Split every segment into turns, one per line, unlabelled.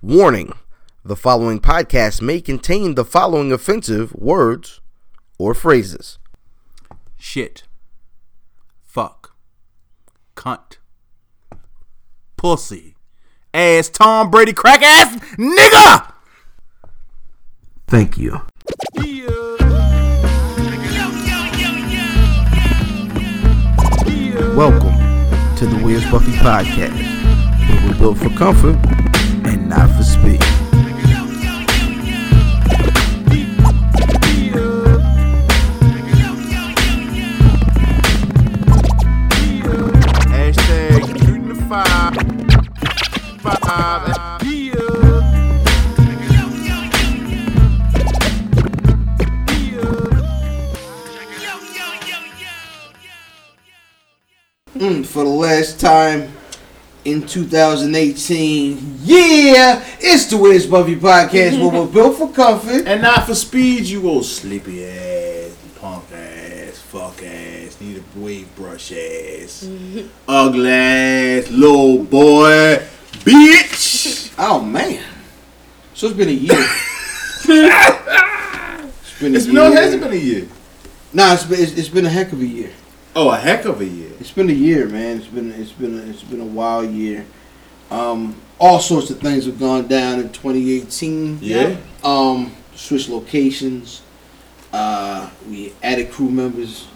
Warning the following podcast may contain the following offensive words or phrases.
Shit. Fuck. Cunt. Pussy. Ass Tom Brady crack ass nigga!
Thank you. Welcome to the Where's Buffy podcast, where we're built for comfort and not for speed.
Hashtag shooting the five. Five. Yeah.
Mm, for the last time in 2018, yeah, it's the Where's Buffy podcast, where we're built for comfort.
And not for speed, you old sleepy ass, punk ass, fuck ass, need a wave brush ass, ugly ass, little boy, bitch.
Oh man, so it's been a year. it's been a
It's
year.
no, it hasn't been a year.
Nah, it's been, it's, it's been a heck of a year.
Oh, a heck of a year.
It's been a year, man. It's been it's been a, it's been a wild year. Um, all sorts of things have gone down in 2018.
Yeah.
Um, switched locations. Uh, we added crew members.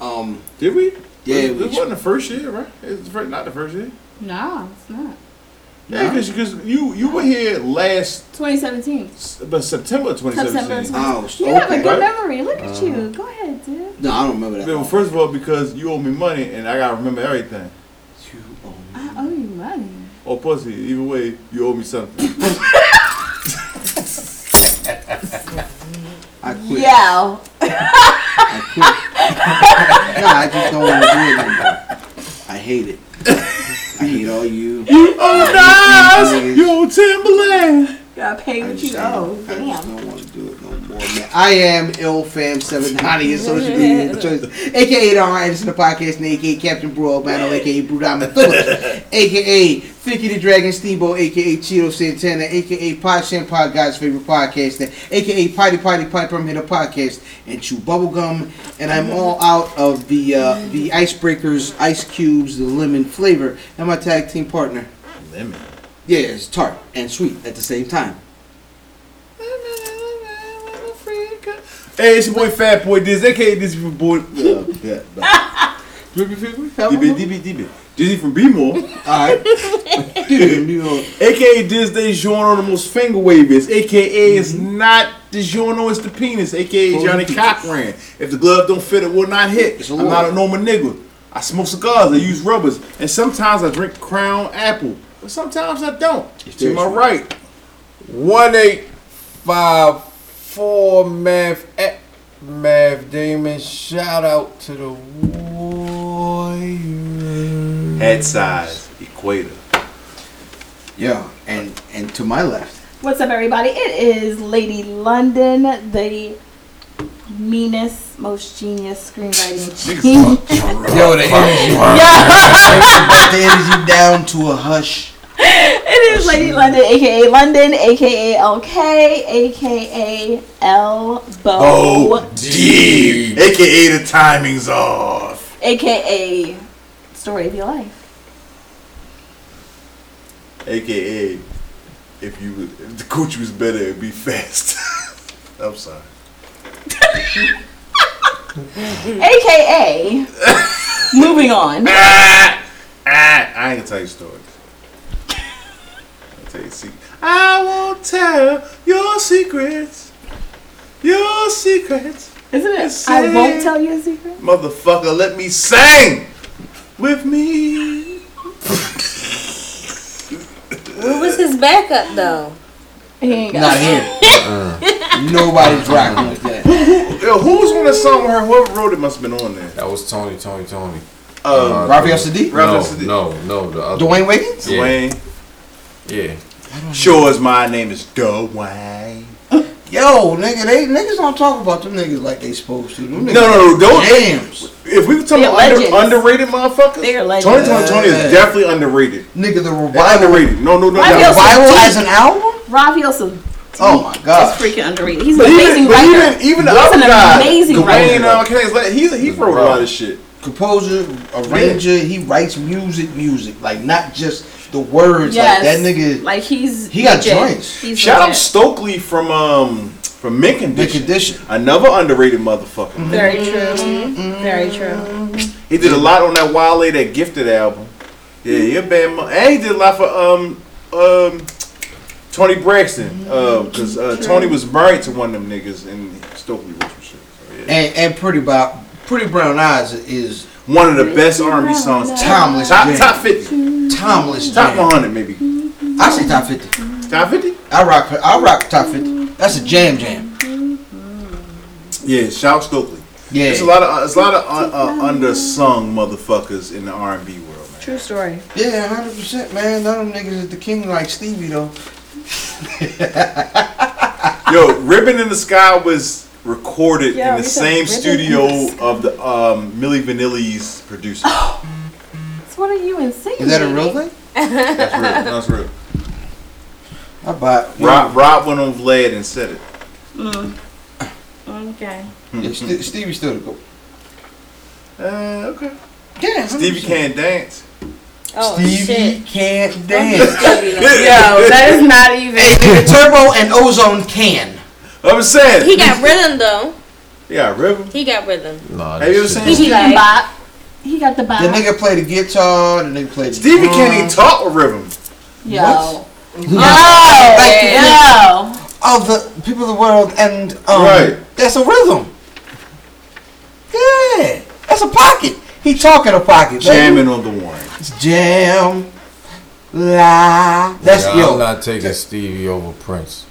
Um,
Did we?
Yeah,
it,
we-
it wasn't the first year, right? It was the first, not the first year.
No, it's not.
Yeah,
nah.
because you you were here last
2017.
s- but September 2017.
September
oh, so-
You have a
okay. Uh,
good
Right.
memory. Look at you. Go ahead, dude.
No, I don't remember that.
Well, first of all, because you owe me money and I gotta remember everything.
You owe me.
I owe Oh, you money.
Or pussy, either way, you owe me something.
I quit.
Yeah.
I quit. nah, I just don't want to do it anymore. I hate it. I hate all you.
you owe
Niggas.
Nas! You owe Timberland!
Gotta pay
I
what
just,
you
I
owe.
don't- I just
Damn.
don't want to do it no more, man. I am IlFam790 in social media the choice, aka Don Anderson, the podcast, and aka Captain Bro Albano, aka Brew Diamond Phillips, aka Ficky the Dragon Steamboat, aka Cheeto Santana, aka Pod Sham Pod God's favorite podcaster, aka Potty Potty Piper, I'm here to podcast and chew bubblegum. And I'm all out of the uh, the icebreakers, ice cubes, the lemon flavor, and my tag team partner.
Lemon.
Yeah, it's tart and sweet at the same time.
Hey, it's your boy Fat Boy Diz, aka Dizzy from Boy. Uh, yeah, nah. DB, DB, DB. Dizzy from B-More.
Alright. Dude, New York.
AKA this day genre the most finger waviest. AKA it's not the genre, it's the penis. AKA
Oh,
Johnny
the
Cochran. If the glove don't fit, it will not hit.
It's a
I'm
law.
not a normal nigga. I smoke cigars, I use rubbers, and sometimes I drink Crown Apple, but sometimes I don't. to my
different.
right,
One eight five four math at math Damon. Shout out to the warrior.
head size equator.
Yeah, and and to my left.
What's up, everybody? It is Lady London, the meanest, most genius screenwriting. genius.
Yo, the energy.
Got the energy down to a hush.
It is Lady London, aka London, aka LK, aka Elbow,
D. AKA the timing's off.
aka Story of Your Life.
AKA if you would, if the coochie was better, it'd be fast. I'm sorry.
AKA Moving On.
Ah, I ain't gonna tell you stories. I'll tell you secrets. I won't tell your secrets. Your secrets.
Isn't it?
Yes,
I won't
sir.
tell you a secret.
Motherfucker, let me sing with me.
What was his backup though?
He ain't got
Not here.
Uh.
Nobody's rocking with that.
Yo, who was on that song with her? Whoever wrote it must have been on there.
That was Tony, Tony, Tony.
Uh,
Raphael Sadiq?
Raphael
No,
Sadiq.
no, no, the other.
Dwayne Wiggins?
Yeah.
Dwayne.
Yeah.
Sure as my name is Dwayne.
Yo, nigga, they niggas don't talk about them niggas like they supposed to. Them
No,
niggas
no, no. Those,
jams.
if we were talking
They're
about under,
legends.
underrated motherfuckers,
They're
Tony
legends.
Tony Tony is definitely underrated.
Nigga, the
Why
revival.
underrated? No, no, no.
Why
no.
else-
Revival
Deep.
as an album?
Rob Wilson
Oh my
is
god.
freaking underrated. He's an
But
amazing
even, but
writer.
even, even the
He's
other
an
guy,
amazing
Gawain,
writer.
uh, Kenneth Lay- he's, he wrote a lot of shit.
Composer, arranger, he writes music, music. Like, not just the words.
Yes.
Like, that nigga,
Like he's
He got
legit.
joints.
He's
Shout out
legit.
Stokely from um from Mint
the
Condition.
condition.
Another underrated motherfucker.
Very true. Very true.
He did a lot on that Wale that Gifted album. Yeah, you're a bad. Mo- and he did a lot for um um Tony Braxton because uh, Tony was married to one of them niggas and Stokely wrote some shit. So, yeah.
And, and Pretty, Bo- Pretty Brown Eyes is
One of the best R&B songs.
Timeless
Top,
jam.
top fifty. Mm-hmm.
timeless.
Top
jam.
one hundred maybe.
I say top 50.
Top fifty.
I rock, I rock top 50. That's a jam jam.
Yeah, shout Stokely.
Yeah.
There's a lot of there's a lot of un, uh, undersung motherfuckers in the R&B world, man.
True story.
Yeah, hundred percent, man. None of them niggas is the king like Stevie though.
Yo, Ribbon in the Sky was recorded
Yeah,
in
we
the
said
same
Ribbon
studio
in the Sky.
of the um, Millie Vanilli's producer.
So what are you insane?
Is that a real thing?
That's real. That's real.
I bought.
Rob, Rob went on Vlad and said it.
Okay.
Yeah,
Mm-hmm.
Ste Stevie still the goat.
Uh, okay.
Yeah,
Stevie can't dance.
Oh
Stevie
shit.
can't dance.
Yo, that is not even.
Nigga, Turbo and Ozone can.
I'm saying.
He got rhythm though.
yeah, Ribbon.
He got rhythm.
Nah,
Have you ever
this shit-
seen Stevie?
like-
bop. He got the bop.
Uh-huh.
The nigga play the guitar. The nigga play the
Stevie
drum.
can't even talk with Ribbon.
Yo.
What?
Yo.
Like,
Yo.
Of the people of the world, and um,
Right.
that's a rhythm. Yeah, that's a pocket. He talking a pocket. baby.
Jamming on the one.
It's jam. La. That's
Yeah,
yo.
I'm not taking Stevie over Prince.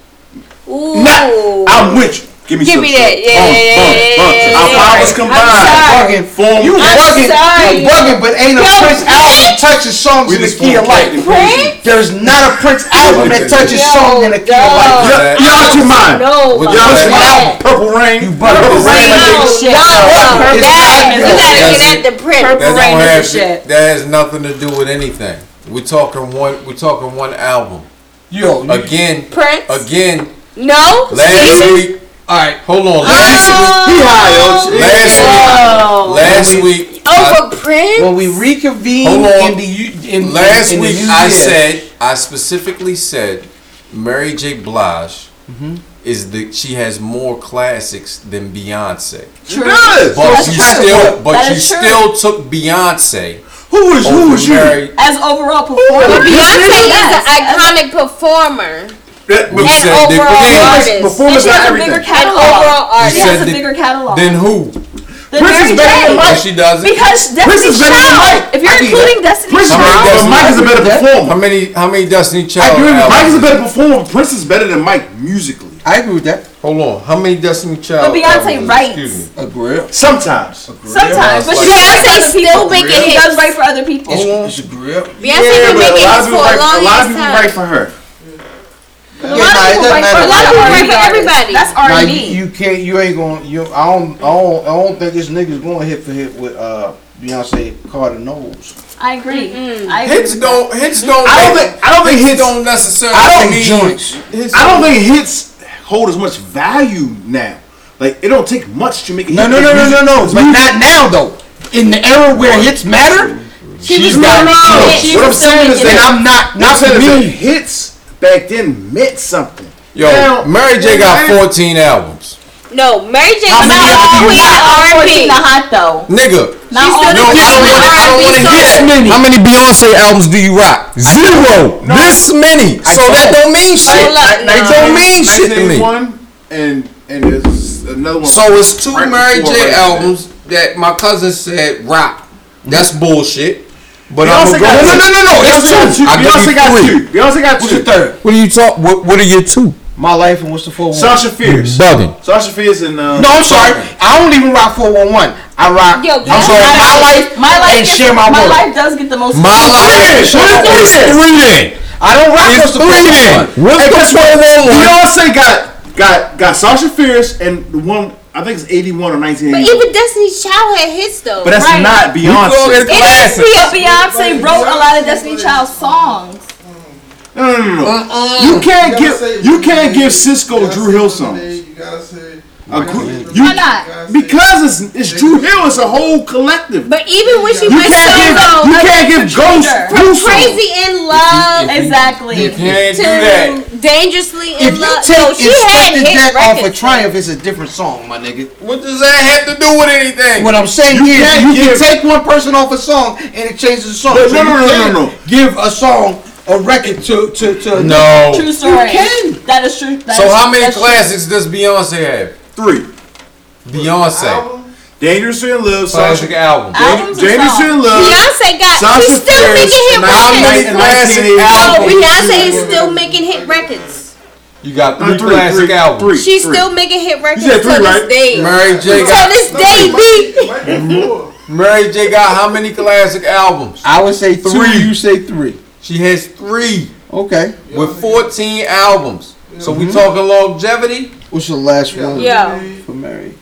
Ooh.
Not. I'm with you. Give me
Give
some
me
shit.
that.
Bum,
Yeah, yeah, yeah,
bum, bum.
yeah, yeah,
Our
yeah.
powers
I'm
combined.
sorry.
bugging.
Form.
You was
I'm
bugging.
sorry.
You was bugging, but ain't a
Yo,
Prince album
Prince.
touches songs
We
in the
just
key of
won't
light.
like
Prince?
There's not a Prince album that touches
Yo,
Oh,
songs in the key of light.
yo.
Y'all y'all two mine.
No.
With
fuck
Y'all
Purple
two
that.
mine. Purple Rain.
You bugging.
Purple
Purple
Rain.
Rain.
No,
shit.
no,
Purple
no,
is not
that- You
good.
gotta
That's
get at the print.
That
Rain
don't
is
have
the shit.
that has nothing to do with anything. We're talking one. We're talking one album.
Yo, you-
Again,
Prince.
again.
No.
Last
Jesus.
week,
all right.
hold on. Last
He high, yo.
Last week,
Yo.
last week, I,
Oh, for Prince.
When Uh, we reconvene
Hold on.
in the u- in
last
in the
week
new
I
year,
said I specifically said Mary J. Blige
Mm-hmm.
is the she has more classics than Beyonce,
She does.
but
That's
she
true.
still but
That
she
is true.
still took Beyonce
Who is who
over
is you?
Mary.
As overall performance.
Beyonce
Yes.
is an iconic performer
That-
We
and
said
overall
that
artist.
Performance
She
not
has a
everything.
bigger
An
catalog.
overall artist.
She has a
said that-
bigger catalog.
Then who?
than
Prince
Mary
is better than
J.
Mike.
If she doesn't.
Because
Prince
Destiny's
is better than
Child.
Mike.
If you're
I do
including Destiny's
Prince is
How many
better,
does
but Mike is a better
Mike-
How
performer.
many? How many Destiny
I
Child?
agree with you.
albums
Mike is a
did
better
you-
performer. Prince is better than Mike musically.
I agree with that.
Hold on. How many Destiny
But
Child?
Beyonce
albums?
writes.
Excuse me.
Agree. It's,
Sometimes.
Sometimes, but she
Like-
does
Beyonce's
write for other
still
people.
making
She does
hits.
write for other people.
it's a grip.
Beyonce been
but a
making
lot
hits
of
for
people
a
write-
long
a lot of
ass
people
time.
write for her.
But
Yeah, nah, it doesn't matter.
a lot of
Like,
people write for
you-
everybody. That's
Now,
R&B.
you, you can't. You ain't going. You. I don't. I don't. I don't think this nigga's going hit for hit with uh Beyonce Carter Knowles.
I agree. I agree.
Hits don't. Hits don't.
I don't
make-
think. I don't think
hits
hits.
don't necessarily.
I don't
think
mean-
joints.
hits
I don't think hits hold as much value now. Like it don't take much to make a
No,
hit.
no, no, no, no, no. But not now though. In the era where hits matter, she's got
No,
hits.
what I'm saying is
And
that
I'm not.
Not
Not
saying
to
that
me.
hits back then meant something.
Yo,
Now-
Mary J. got
Mary-
14 albums.
No, Mary J.
But
is
not all
the
queens
queen
are
of
always
R&B.
not hot though.
Nigga.
Not
She's
all
still
No,
the
I don't
queen of
wanna- I don't
R&B
wanna hear
songs.
many?
How many Beyonce albums do you rock? Zero. This many. So that don't mean shit.
Hold up,
It
nah.
don't mean shit to me.
1981 and and there's another one.
So it's two
right
Mary
before
J.
right
albums that my cousin said rock. That's bullshit. But I'm
Beyonce
gonna go.
got
with-
two. Beyonce
It's two.
got
I
two.
give
Beyonce
you
got
three.
two. Beyonce got two.
What are you talk? What, what are your two?
My life and what's the four one?
Sasha Fierce.
Bugging.
Sasha Fierce and uh,
No, I'm sorry. I don't even rock 411. I rock.
Yo,
I'm sorry.
that's
My life,
My life,
and
gets,
share my,
my
work.
life does get the most.
My life
What is
is
that?
three then.
I don't rock what's
It's
the
three then.
411.
What's the
guess what?
411?
Beyonce got Got got Sasha Fierce and the one I think it's eighty one or nineteen.
But
81.
even Destiny's Child had hits though.
but that's
Right.
not Beyonce.
It is be Beyonce wrote a lot of Destiny Child songs.
No, no, no, no.
Uh-uh.
You can't
gotta say
give you can't
Lemonade.
give Cisco
You
Drew Hill
gotta say
songs.
Lemonade, You gotta say.
A gr-
Lemonade,
you-
you
Why not?
gotta say-
Because it's it's Drew Hill. It's a whole collective.
but even when she
You
went
can't give you
solo,
can't give Ghost
from
Drew songs.
Crazy in Love
Exactly.
You can't do that.
to Dangerously in
If you
Love,
take
no, she had
Inspector
hit
Jet off of
records.
Triumph, it's a different song, my nigga.
What does that have to do with anything?
What I'm saying
You
is,
can't
you
give-
can take one person off a song and it changes the song.
No,
So
no, no,
you
no, no,
can't
no.
Give a song a record to to to.
no.
True story.
can.
That is true. That
So
is-
how many
that's true.
classics does Beyonce have?
Three.
Beyonce.
Album?
Dangerously in Love.
Classic
Sasha.
album.
Albums and
Dangerously in
songs.
Love.
Beyonce got,
Sasha
she's still
Fierce,
making hit
and how many
records.
classic
No,
albums?
Beyonce is still making hit records.
You got
Uh,
three classic albums.
She's
three.
still making hit records
said
to
three,
this
right?
day.
Mary J.
To
Got,
this day, B.
Might be four.
Mary J. got how many classic albums?
I would say three.
Three.
You say three.
She has three
Okay.
with 14 albums. So we talking longevity.
What's the last one
Yeah.
Lemonade,
for Mary?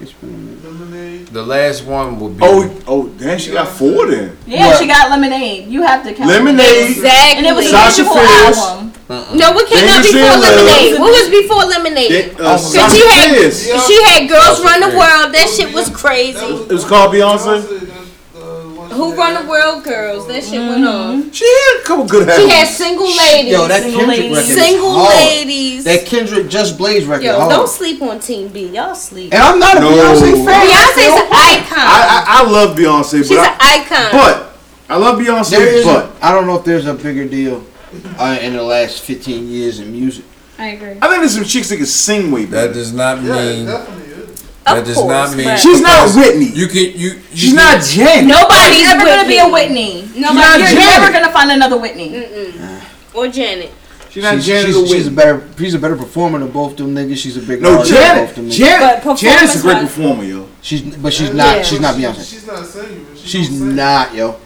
It's been a minute.
Lemonade,
The last one will be.
Oh, oh, damn! She got four then.
Yeah, she got Lemonade. You have to count.
Lemonade.
Exactly.
And it was a
Sasha
visual
Fierce.
album.
no, what came out
Dangerous
before
in Love.
Lemonade? What was before Lemonade?
That, uh,
So
Sasha
she had-
Fierce.
Yeah.
She had Girls Run the
Fierce.
World. That shit was crazy.
It was called Beyonce.
Beyonce, that's the one
Who
she
Run
had.
the World Girls? That shit went on.
She had a couple good
She
albums.
had Single Ladies.
Yo, that
Single
Kendrick
ladies.
record. is
single
hard.
Ladies.
That Kendrick Just Blaze record.
Yo,
hard.
don't sleep on Team B. Y'all sleep.
And I'm not a
No.
Beyonce fan.
Beyonce's an icon.
I, I, I love Beyonce,
She's
but
an
I,
icon.
but I love Beyonce,
There is.
but
I don't know if there's a bigger deal uh, in the last 15 years in music.
I agree.
I think there's some chicks that can sing way
That
better.
does not
Yeah, it
mean.
definitely is.
That
Of
does
course,
not mean.
but-
She's not Whitney.
You can you. you
She's
can-
not Jen.
Nobody's
She's
ever going to be a
Whitney.
Whitney.
not
Nobody, you're
Janet.
never going to find another Whitney.
Mm-mm. Or Janet.
She's not
she's,
Jen.
she's,
or
she's a
Whitney.
better. She's a better performer than both them niggas. She's a big.
no,
artist than Oh, both them niggas.
Janet. Janet.
But
Janet's a great
performance-wise-
performer, yo.
She's but she's not.
Yeah.
She's not
She-
Beyonce.
She's not singing. but she
She's
don't sing.
not yo.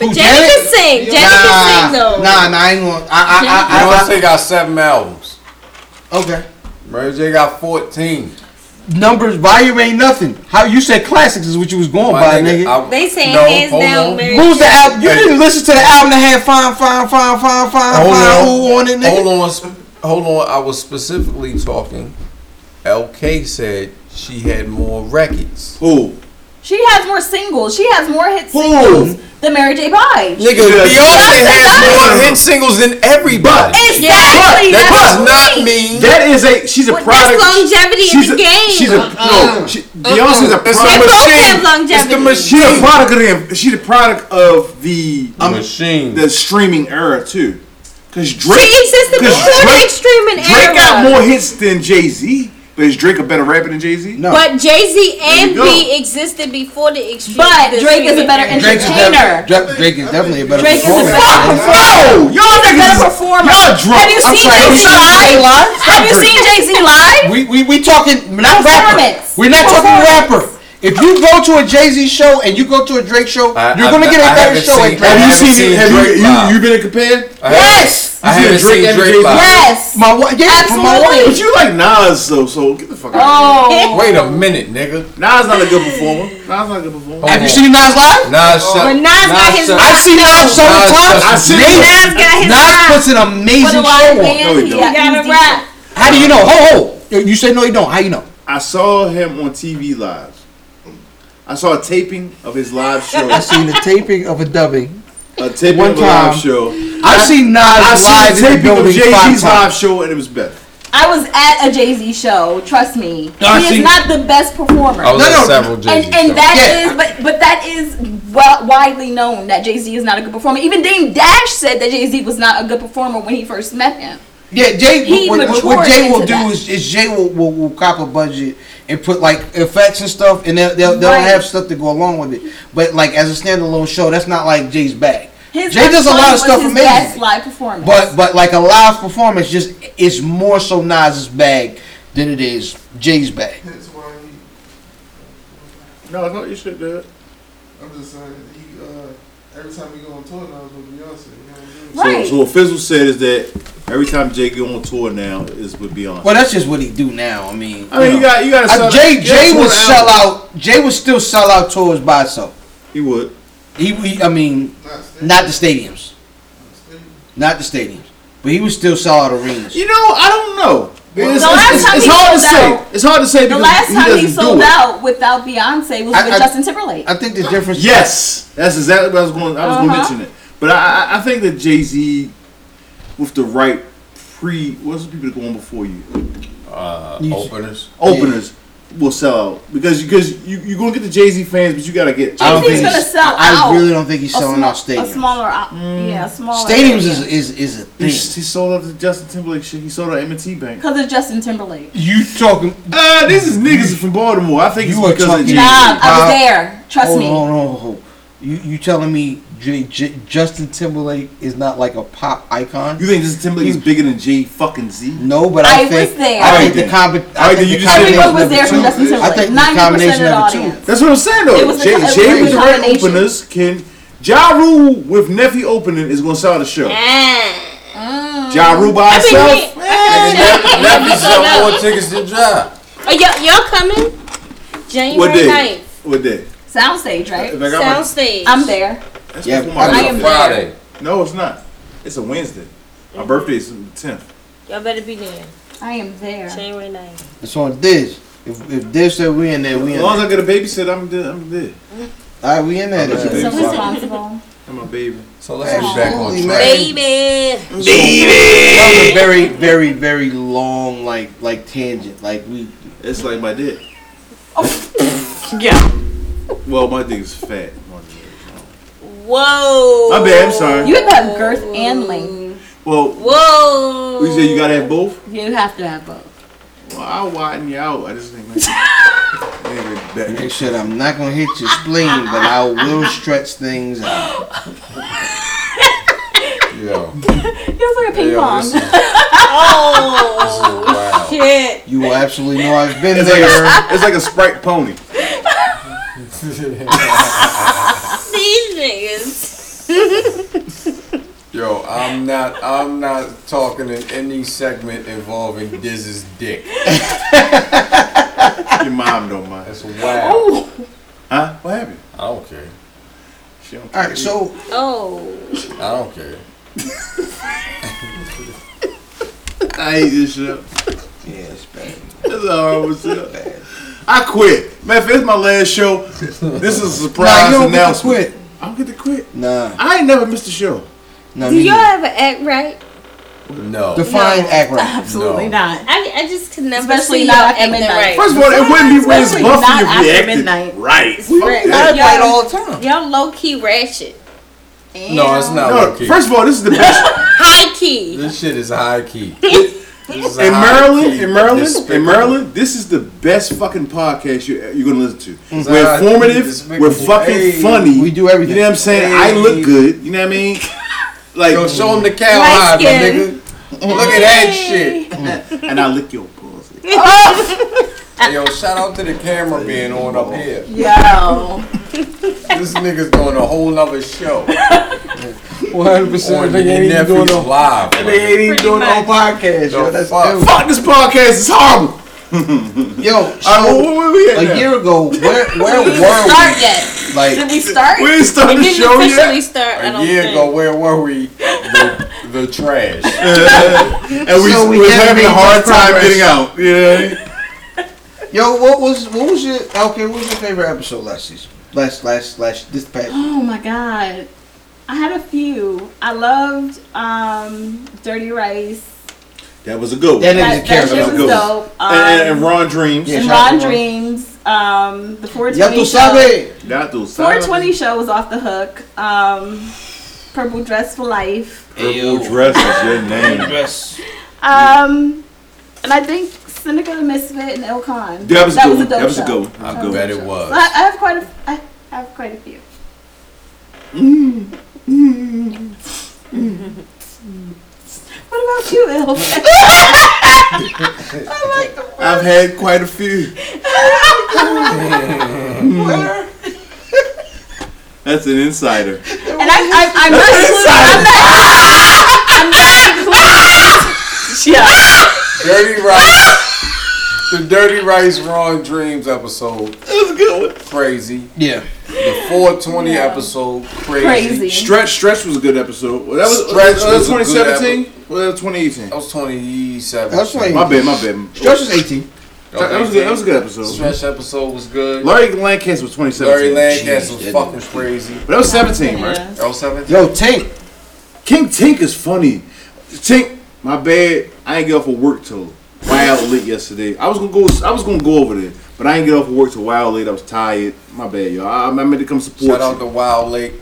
But
Who,
Janet, can sing. Janet can sing though.
Nah, nah, I ain't gonna. I, I, I,
Beyonce got seven albums.
I, okay.
Mary J got 14.
Numbers, volume ain't nothing. How you said classics is what you was going
My
by,
nigga,
nigga.
I-
They saying
No,
hands
hold
down,
on.
Mary.
Who's the
J.
album? You didn't listen to the album that had fine, fine, fine, fine, fine,
Hold
fine.
on.
Who on it, nigga?
Hold on, sp- hold on. I was specifically talking. LK said she had more records.
Who?
She has more singles. She has more hit
Who?
singles than Mary J. Blige.
Nigga,
Yeah,
Beyonce has
does.
more hit singles than everybody.
Exactly.
that
that's
does
the
not
point.
mean
That is a. She's a
But
product.
that's longevity in
she's
the
a,
game.
She's a no. She, Beyonce's a
It's
They
product.
both
machine.
have longevity.
It's the
She's a
machine.
product of the. She's a product of the um,
machine.
the streaming era too. Cause Drake.
She existed
'cause
before the
Drake,
extreme and era.
Drake got more hits than Jay Z, but is Drake a better rapper than Jay Z?
No.
But Jay Z and
you go.
B existed before the extreme.
But
the
Drake is a
streaming
better
era.
Drake's a
entertainer.
better- Dra- Drake is definitely a better
Drake is a
performer.
better-
No, y'all
He's a
niggas
better
is-
performer.
Y'all drunk.
Have you
I'm
seen
sorry.
Jay Z live? Have you
Stop
seen Jay Z live?
We, we, we talking not rapper.
Performance.
We're not talking
Performance.
rapper. If you go to a Jay Z show and you go to a Drake show,
I-
you're
I-
gonna get
I
a better
haven't
show. at
seen Drake.
Drake.
Have you
haven't
seen?
seen
Have you
Drake
you
live.
you been compared?
I haven't-
Yes,
I
You
haven't
said Drake
seen
and
Drake
Jay-Z?
live.
Yes.
my wife. Yeah, from my
Absolutely.
wife.
But you like Nas though, so get the fuck out.
Oh.
Wait a minute,
of
nigga.
here. Nas not a good performer. Nas not a good performer.
Have
Hold on.
you seen Nas live?
Nas shut.
But Nas got his
shut-
I've seen Nas so many
Nas
times.
does-
I see
Amazing.
Nas got his
Nas
rap.
puts an
What
amazing show
a wise
on.
No,
man.
he
he
don't.
He got
got
a rap.
How do you know? Ho ho! You say no, you don't. How you know?
I saw him on TV live. I saw a taping of his live show.
I seen the taping of a dubbing.
A taping
One
of a live
time.
show.
I've seen Nas
I
live
seen a
in the
taping of
building
Jay
five
Z's live
times.
show and it was better.
I was at a Jay Z show. Trust me,
I
he
see.
is not the best performer.
I was
No,
at
no,
several
and
Jay-Z
and
shows.
that
Yeah.
is- but but that is well widely known that Jay Z is not a good performer. Even Dame Dash said that Jay Z was not a good performer when he first met him.
Yeah, Jay.
He
what, what- what
matured
Jay will
into
do
that.
is, is Jay will, will, will cop a budget and put like effects and stuff, and they'll they'll, they'll
Right.
have stuff to go along with it. But like as a standalone show, that's not like Jay's bag.
His
Jay does a lot of
performance was
stuff
his
amazing.
Best live performance,
But but like a live performance, just it's more so Nas's bag than it is Jay's bag.
Hence why he.
No, no, you should do it.
I'm just saying. He. Uh, every time we go on tour, now it's with Beyonce. You know what I'm saying?
Right.
So, so what Fizzle said is that Every time Jay go on tour now is with Beyonce.
Well, that's just what he do now. I mean,
I mean, you got you got to
Uh,
sell.
Jay
yeah,
Jay
tour
would
album.
sell out. Jay would still sell out tours by itself.
He would.
He, he I mean,
Not stable.
not the stadiums, not the stadiums, but he would still sell out arenas.
You know, I don't know. It's,
The last
it's-
time
it's
he
hard to
sold
say.
out-
It's hard to say
The
because
last
he
time he
doesn't do
sold
it.
out without Beyonce was
I-
with
I-
Justin Timberlake.
I think the difference.
Yes, that's exactly what I was going. I was going to
Uh-huh.
mention it, but I, I- I think that Jay Z, with the right pre, what's the people that go on before you
Uh,
You-
openers.
openers will sell out because because you you're going to get the Jay Z fans, but you got to get. I don't
Jay-Z's
think.
gonna
he's-
sell
I, I
out.
really don't think he's
A
selling
sma-
out stadiums.
A smaller, op- yeah, a smaller.
stadiums is, is is a
He,
thing.
he sold out the Justin Timberlake shit. He sold out M&T Bank.
because of Justin Timberlake.
You talking?
Uh, this is niggas from Baltimore. I think
You are
it's because of
talking-
Jay.
Nah, I
Uh,
was there. Trust
Hold
me.
on, hold on, hold on. You you telling me J, J, Justin Timberlake is not like a pop icon?
You think Justin Timberlake is bigger than Jay fucking Z?
No, but I,
I was
think
there.
I think
Alright,
the combi- I
Alright,
think
then you
the
just said-
combination
Everyone was
of the
there from
two-
Justin
I think
Timberlake.
the
Ninety percent
combination of
of
the
the
two.
audience.
That's what I'm saying though.
It was
Jay,
a-
Jay
it was a
with the right
combination.
openers can. Ja Rule with Nephi opening is gonna sell the show.
Eh.
Ja Rule by
I've been
himself.
here. I've
Let
been
me
here.
sell
Sold out.
more tickets to job.
Are y'all, y'all coming? January
What day?
9th.
What day?
Soundstage, right?
If I got my-
Soundstage.
I'm there.
That's
Yeah,
before my
I
I
birthday.
am there.
Friday.
No, it's not. It's a Wednesday. My birthday is the tenth.
Y'all better be there.
I am there.
January 9th.
It's on this. If if this said we in there, we in
As
there.
long as
All
I get a babysitter, I'm good. I'm good.
right, we in there.
I'll let you
then.
be.
So responsible.
I'm a baby.
So let's get back on
Absolutely,
track.
man.
Baby.
That was a very, very, very long like like tangent. Like we
It's like my dick.
Yeah.
Well, my dick is fat.
Whoa.
My bad, I'm sorry.
You have to have girth and length.
Well,
Whoa.
you say you gotta have both.
You have to have both.
Well, I'll widen you out. I just think. Like,
they said I'm not gonna hit your spleen, but I will stretch things out.
Yo.
Feels like a ping
yo,
pong.
this is, this is wild.
Shit.
You will absolutely know I've been
It's like,
there.
a, it's like a Sprite pony.
These niggas.
Yo, I'm not. I'm not talking in any segment involving Diz's dick.
Your mom don't mind.
That's wild.
Huh? What happened?
I don't care.
She don't
All right, so
Oh.
I don't care.
I hate this shit.
yeah, it's bad.
That's all I was saying. I quit. Man, if it's my last show, this is
Nah,
a surprise
you don't get to
announcement.
quit.
I don't get to quit.
Nah,
I ain't never missed a show.
no,
Do
me
y'all
neither.
ever act right?
No.
Define act right.
Absolutely
No.
not.
I, I just could never
Especially
see y'all
not after
acting
midnight.
right.
First of all, it wouldn't be Riz
Especially
Buffy
not
if
after
you acted
midnight.
right. Fuck
Right.
that.
I fight all the time.
Y'all low key ratchet.
No, it's not
No,
low key.
first of all, this is the best
High key.
this shit is high key. This is a
in
high
Maryland.
key
In Maryland, in
despicable-
Maryland, this is the best fucking podcast you, you're gonna listen to.
It's
We're
high key
informative.
despicable.
We're fucking
Hey.
funny.
We do everything.
You know what I'm saying? I look
Hey.
good. You know what I mean? Like,
Yo, show him the cow
Light
hide, my
skin.
nigga. Look at that shit.
and I lick your pussy.
Yo, shout out to the camera being on up here.
Yo.
This nigga's doing a whole nother show.
100.
on
percent
your nephew's live.
They
brother.
ain't even doing no podcast, yo.
The
That's
fuck?
ill.
Fuck this podcast is horrible.
Yo,
All right, where,
so
where we at now?
a year ago, where where were
Start yet.
we? Like,
Did we start?
We ain't
It
started the
didn't
show
officially
yet,
start. I
A
don't
year
think.
ago, where were we? The, the trash.
and we,
So we
we was
haven't
having a
made
hard
much
time
progress.
getting out. Yeah,
yo, what was what was your okay? What was your favorite episode last season? Last last last this past.
Oh my god. I had a few. I loved um, Dirty Rice.
that was a good
That is
one.
That,
a
that
character.
shit was
Good.
dope. Um,
and, and Ron Dreams.
Yeah.
and
shout out
Ron
to Ron.
Dreams. Um, the 420
Yato
show.
Sabe.
That dude.
420 show was off the hook. Um, Purple Dress for Life.
Purple dress is your name.
Yes.
Um, and I think Seneca the Misfit and El Khan.
That was a good one.
dope
That was a
show.
good one.
I
That was a
bet
dope
it
show.
was.
So I, I have quite a, I have quite a few. What about you, El?
I've had quite a few. That's an insider.
And I, I, I'm not including, I'm not, I'm not including Yeah.
Dirty Rice. the Dirty Rice Wrong Dreams episode.
That's a good one.
Crazy.
Yeah.
The 420
Yeah.
episode. Crazy.
Crazy.
Stretch, stretch was a good episode. Well, that was, uh,
Stretch
that was
was a good
2017. Well, that was 2018.
That was 27.
That's funny.
My bad, my bad.
Stretch was 18.
That, that was a good, that was a good episode.
Stretch episode was good.
Larry Lancaster was 2017.
Larry Lancaster was
Jeez, that
fucking
dude.
crazy.
But that was 17, right?
Yeah.
Oh, 17?
Yo, Tank.
King Tink is funny. Tink, my bad. I ain't get off of work till wild late yesterday. I was gonna go. I was gonna go over there, but I ain't get off of work till wild late. I was tired. My bad, y'all. I, I meant to come support.
Shout out
you.
to Wild Lake.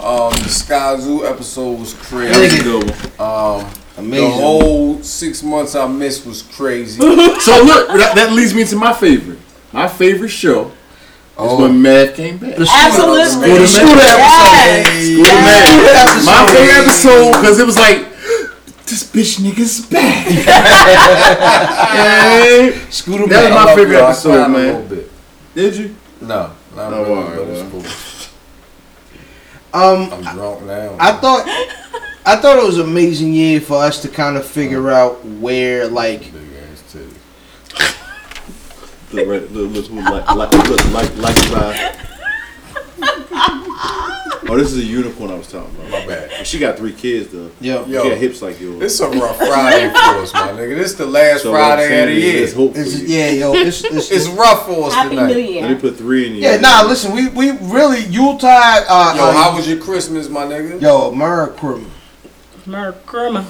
Um, the Sky Zoo episode was
That was a
crazy.
good one.
Um,
Amazing.
The whole six months I missed was crazy.
So look, that, that leads me to my favorite. My favorite show is
Oh.
when Math came back.
The
Absolutely.
Well, the
Yes.
scooter episode.
Yes.
With Math.
Yes.
My favorite episode because it was like. This bitch nigga's back. Hey.
Scooter
That was
Mac.
my
I
favorite
cried
episode,
a
man.
little bit.
Did you?
No, not
Oh,
really,
alright,
but it's
well.
cool.
Um,
I'm drunk now.
I thought I thought it was an amazing year for us to kind of figure out where like
Big ass titties.
Look, right, look, look, look, like, like, look, like, like, like. Oh, this is a unicorn I was talking about.
My bad.
She got three kids though.
yo,
Yo.
She got hips like yours.
This a rough Friday for us, my nigga. This the last
So what I'm
Friday of
saying
the
is
year.
There's hope for
it's,
you.
yeah, yo, it's, it's,
It's rough for us
Happy New
tonight.
Let me
Year.
put three in you.
yeah. Nah, listen, we we really Yuletide. Uh,
Yo,
uh,
how was your Christmas, my nigga?
yo, Merry Christmas.
Merry Christmas.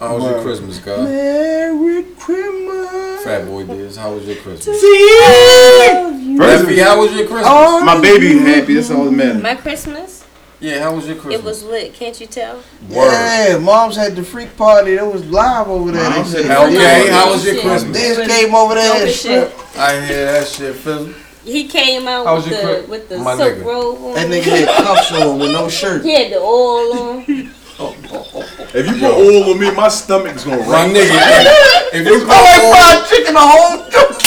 How was your Christmas, guy?
Merry Christmas.
Fat boy Diz, how was your Christmas?
First
Leffy, how was your Christmas?
Oh.
my baby happy. That's all that matters.
My Christmas,
Yeah, how was your Christmas?
it was lit. Can't you tell?
Word.
Yeah, mom's had the freak party. That was live over there.
Mom's
They
had
said.
the-
Okay, how was your
Shit.
Christmas?
They just came over there.
Open
and
shit.
stripped.
I hear that shit, Phil.
He came out
How
with
was your
the
Chris-
with the
my
silk
nigga?
robe on.
That nigga had cuffs on with no shirt.
He had the oil on.
If you put oil on me, my stomach's gonna
My
run.
nigga, if you put oil,
chicken the whole.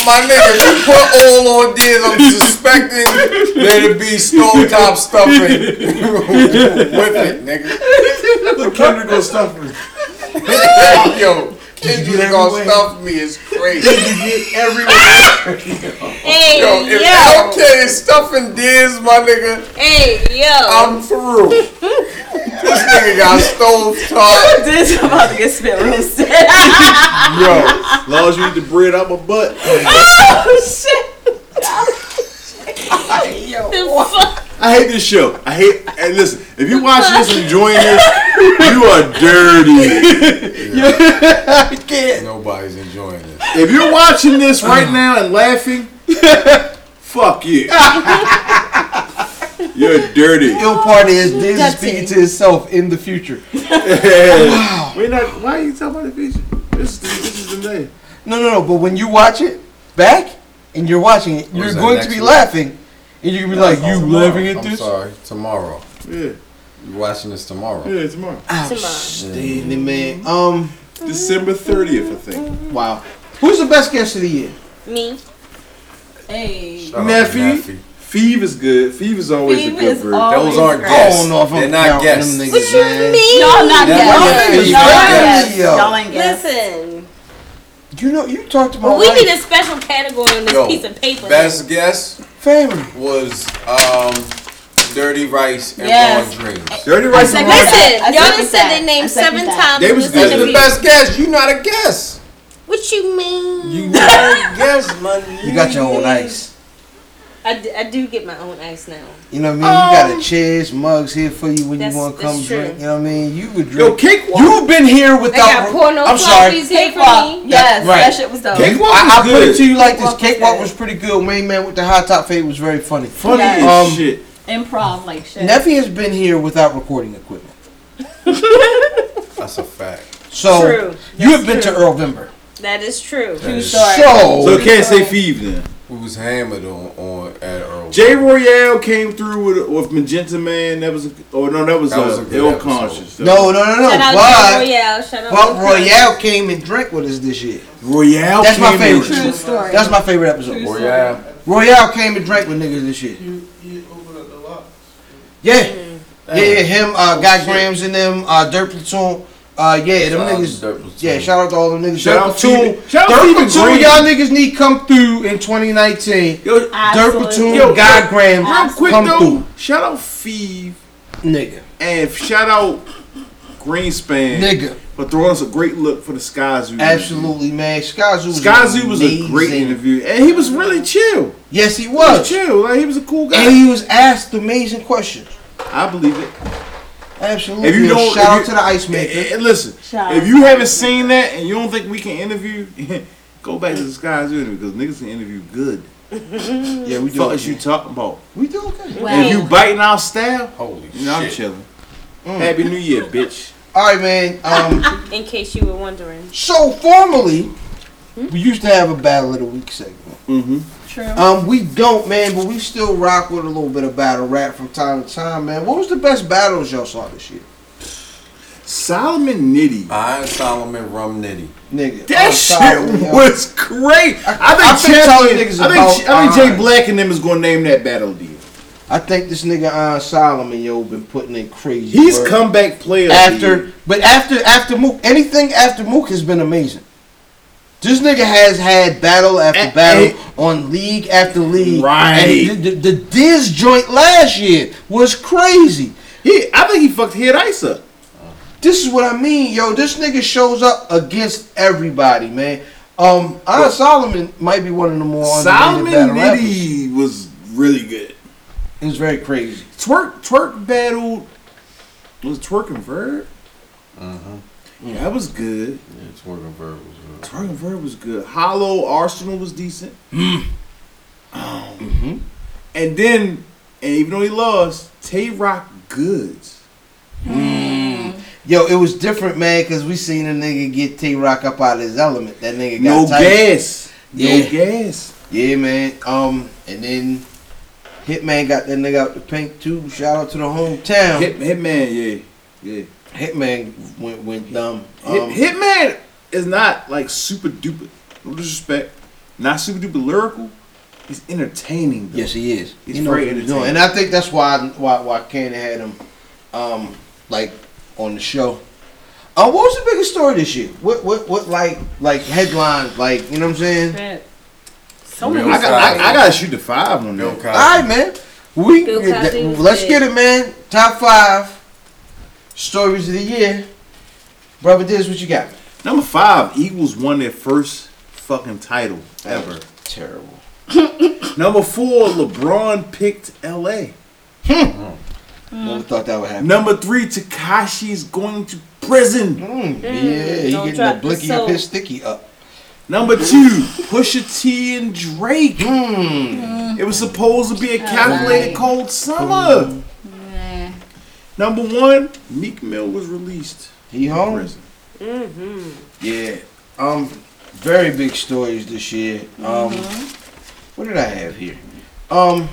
my nigga, if you put oil on Diz, I'm suspecting there to be stone top stuffing with it, nigga.
Look, Kendrick gonna stuff me.
Yo, Kendrick gonna stuff me is crazy.
Hey
Yo,
yo,
if LK is stuffing Diz, my nigga,
hey yo.
I'm through. this nigga got stove top.
This is about to get spit roasted.
Yo,
As long as you eat the bread out my butt.
oh shit.
The fuck?
I hate this show. I hate. And listen, if you're watching this and enjoying this, you are dirty.
nobody's enjoying this.
If you're watching this right now and laughing, fuck you. You're dirty.
Ill part is Diz is
That's
speaking
it.
to himself in the future.
We're not. Why are you talking about the future? This is the, this is the day.
No, no, no. But when you watch it back and you're watching it, you're
is that,
going to
next
be
week?
laughing, and you're gonna be like, "You laughing at
I'm
this?"
sorry, tomorrow.
Yeah,
You're watching this tomorrow.
yeah, tomorrow,
Tomorrow.
Outstanding, Ah, man. Um,
December thirtieth, I think.
wow. Who's the best guest of the year?
Me.
Hey.
Shout out to
Nephew.
Nephi.
Feeve is good. Feeve is always
Phoebe
a good
is
bird.
always
Those aren't
great.
guests.
I don't know Oh, if I'm
They're not
counting
guests.
them niggas,
What you
man.
mean?
Y'all not
That
wasn't
guests.
even
Y'all ain't guests.
funny, yo.
Y'all ain't guests.
Listen,
You know, you talked to my
we
wife.
need a special category on this
Yo,
piece of paper.
Best guess
Family.
was um, Dirty Rice and
Yes.
Raw Dreams.
Dirty rice.
second
and
that.
Listen,
I
y'all
second
done said
that.
their
I
name
second
seven
that.
times.
They
in
was
this
good.
That's the
interview.
best guess. You not a guess.
What you mean?
You not a guess, man.
You got your own ice.
I, d- I do get my own ice now.
You know what I mean? you got a chairs, mugs here for you when you
Um, That's-
want to come
that's true.
drink. You know what I mean? You would
Yo,
drink.
cakewalk.
You've been here
They got
without.
porno
I'm sorry.
floppies here for
Cakewalk.
me.
Yes,
Right.
that shit was dope.
Cakewalk was
I, I put
good.
it to you like this.
Cakewalk was
Cakewalk
good.
was pretty good. Main man with the high top fade was very funny.
Funny as
Um,
shit.
Improv like shit.
Neffy has been here without recording equipment.
That's a fact.
So
True.
you have been to Earl Vimber.
That is true.
That is-
Sorry.
oh,
So
So
I can't say Feeve then.
We was hammered on, on at Earl.
Jay Royale came through with, with Magenta Man. That was, a, oh no, that was,
That was
uh,
a good
ill
episode.
conscious.
no, no, no, no.
Shout out to
But
Royale. Shout out
but
to-
Royale came and drank with us this year.
Royale.
That's my
came
favorite.
in.
True story.
That's my favorite episode.
Boy, Oh, yeah.
Royale came and drank with niggas this year.
You, you opened up the lock.
Yeah, yeah, yeah. Him, uh, Guy Grams and them, uh, Dirt Platoon. Uh, yeah, them
Shout out
niggas.
to Dirt Platoon.
Yeah, shout out to all them niggas.
Shout
Dirt
out
Platoon.
Phoebe- shout out
Dirt
Phoebe
Platoon,
Green.
y'all niggas need come through in 2019.
Yo,
Dirt
Absolutely.
Platoon,
Yo,
God Graham,
real quick
come
though,
through,
shout out Feeve
nigga,
and shout out Greenspan
nigga.
for throwing us a great look for the Sky Zoo. interview.
Absolutely, man. Sky Zoo was
Sky Zoo was a great
amazing.
interview, and he was really chill.
Yes, he
He was
was.
chill. Like he was a cool guy.
And he was asked amazing questions.
I believe it.
Absolutely.
If you don't,
shout out
if
to
you-
the Ice
Eh, eh,
Maker.
listen,
Shout
if
out.
you haven't seen that and you don't think we can interview, go back to the Sky Zoo interview because niggas can interview good.
Yeah, we
What
do.
the fuck is
Okay.
you talking about?
We do okay.
Wow.
If you biting our style,
Holy
you know, I'm
shit.
chilling. Happy New Year, bitch.
All right, man. Um,
In case you were wondering.
So formerly, we used to have a battle of the week segment.
Mm-hmm.
True.
Um, we don't, man, but we still rock with a little bit of battle rap from time to time, man. What was the best battles y'all saw this year,
Solomon Nitty.
Iron Solomon Rum Nitty.
nigga?
That
Uh, I'm sorry,
shit
yo.
was great. I think
I think
Champion-
telling niggas
I think,
about
I think Jay
iron.
Black and them is gonna name that battle deal.
I think this nigga on Solomon, yo, been putting in crazy.
He's
work.
comeback player
after, but after after Mook, anything after Mook has been amazing. This nigga has had battle after
A-
battle on league after league.
Right.
And the, the, the Diz joint last year was crazy.
He, I think he fucked Head Ice up.
This is what I mean, yo. This nigga shows up against everybody, man. Um, Iron Solomon might be one of the more
Solomon
underrated battle rappers.
Nitty was really good.
It was very crazy.
Twerk twerk battled was it twerk and verb.
Uh-huh.
Yeah, that was good.
Yeah, it's working verbals. man.
Twerk and verb was good. Hollow Arsenal was decent.
Hmm.
Um, And then, and even though he lost, Tay Rock Goods.
Yo, it was different, man, because we seen a nigga get T Rock up out of his element. That nigga got
No
tight.
gas.
Yeah.
No gas.
Yeah, man. Um, and then Hitman got that nigga out the pink too. Shout out to the hometown.
Hit, Hitman, yeah, yeah.
Hitman went went dumb.
Hit,
Um,
Hitman is not like super duper. No disrespect. Not super duper lyrical. He's entertaining. Though.
Yes, he is.
He's
he knows
very
what he's doing,
entertaining.
and I think that's why why why Cannon had him, um, like on the show. Uh, what was the biggest story this year? What what what like like headlines like you know what I'm saying?
So
Real
many.
I got. I, I got to shoot the five on
Bill
that.
Cosby.
All right, man. We
Bill
th-
Cosby was
let's
big.
get it, man. Top five stories of the year, brother. This what you got?
Number five, Eagles won their first fucking title ever.
Terrible.
Number four, LeBron picked L.A.
Mm.
Never thought that would happen.
Number three, Takashi is going to prison.
Mm, yeah, he
don't
getting
drop
the
the
blicky up
soap.
his sticky up.
Number two, Pusha T and Drake.
Mm.
Mm.
It was supposed to be a calculated cold summer.
Nah.
Number one, Meek Mill was released.
He
from
home.
prison. Yeah.
Um, very big stories this year. Um, what did I have here? Um,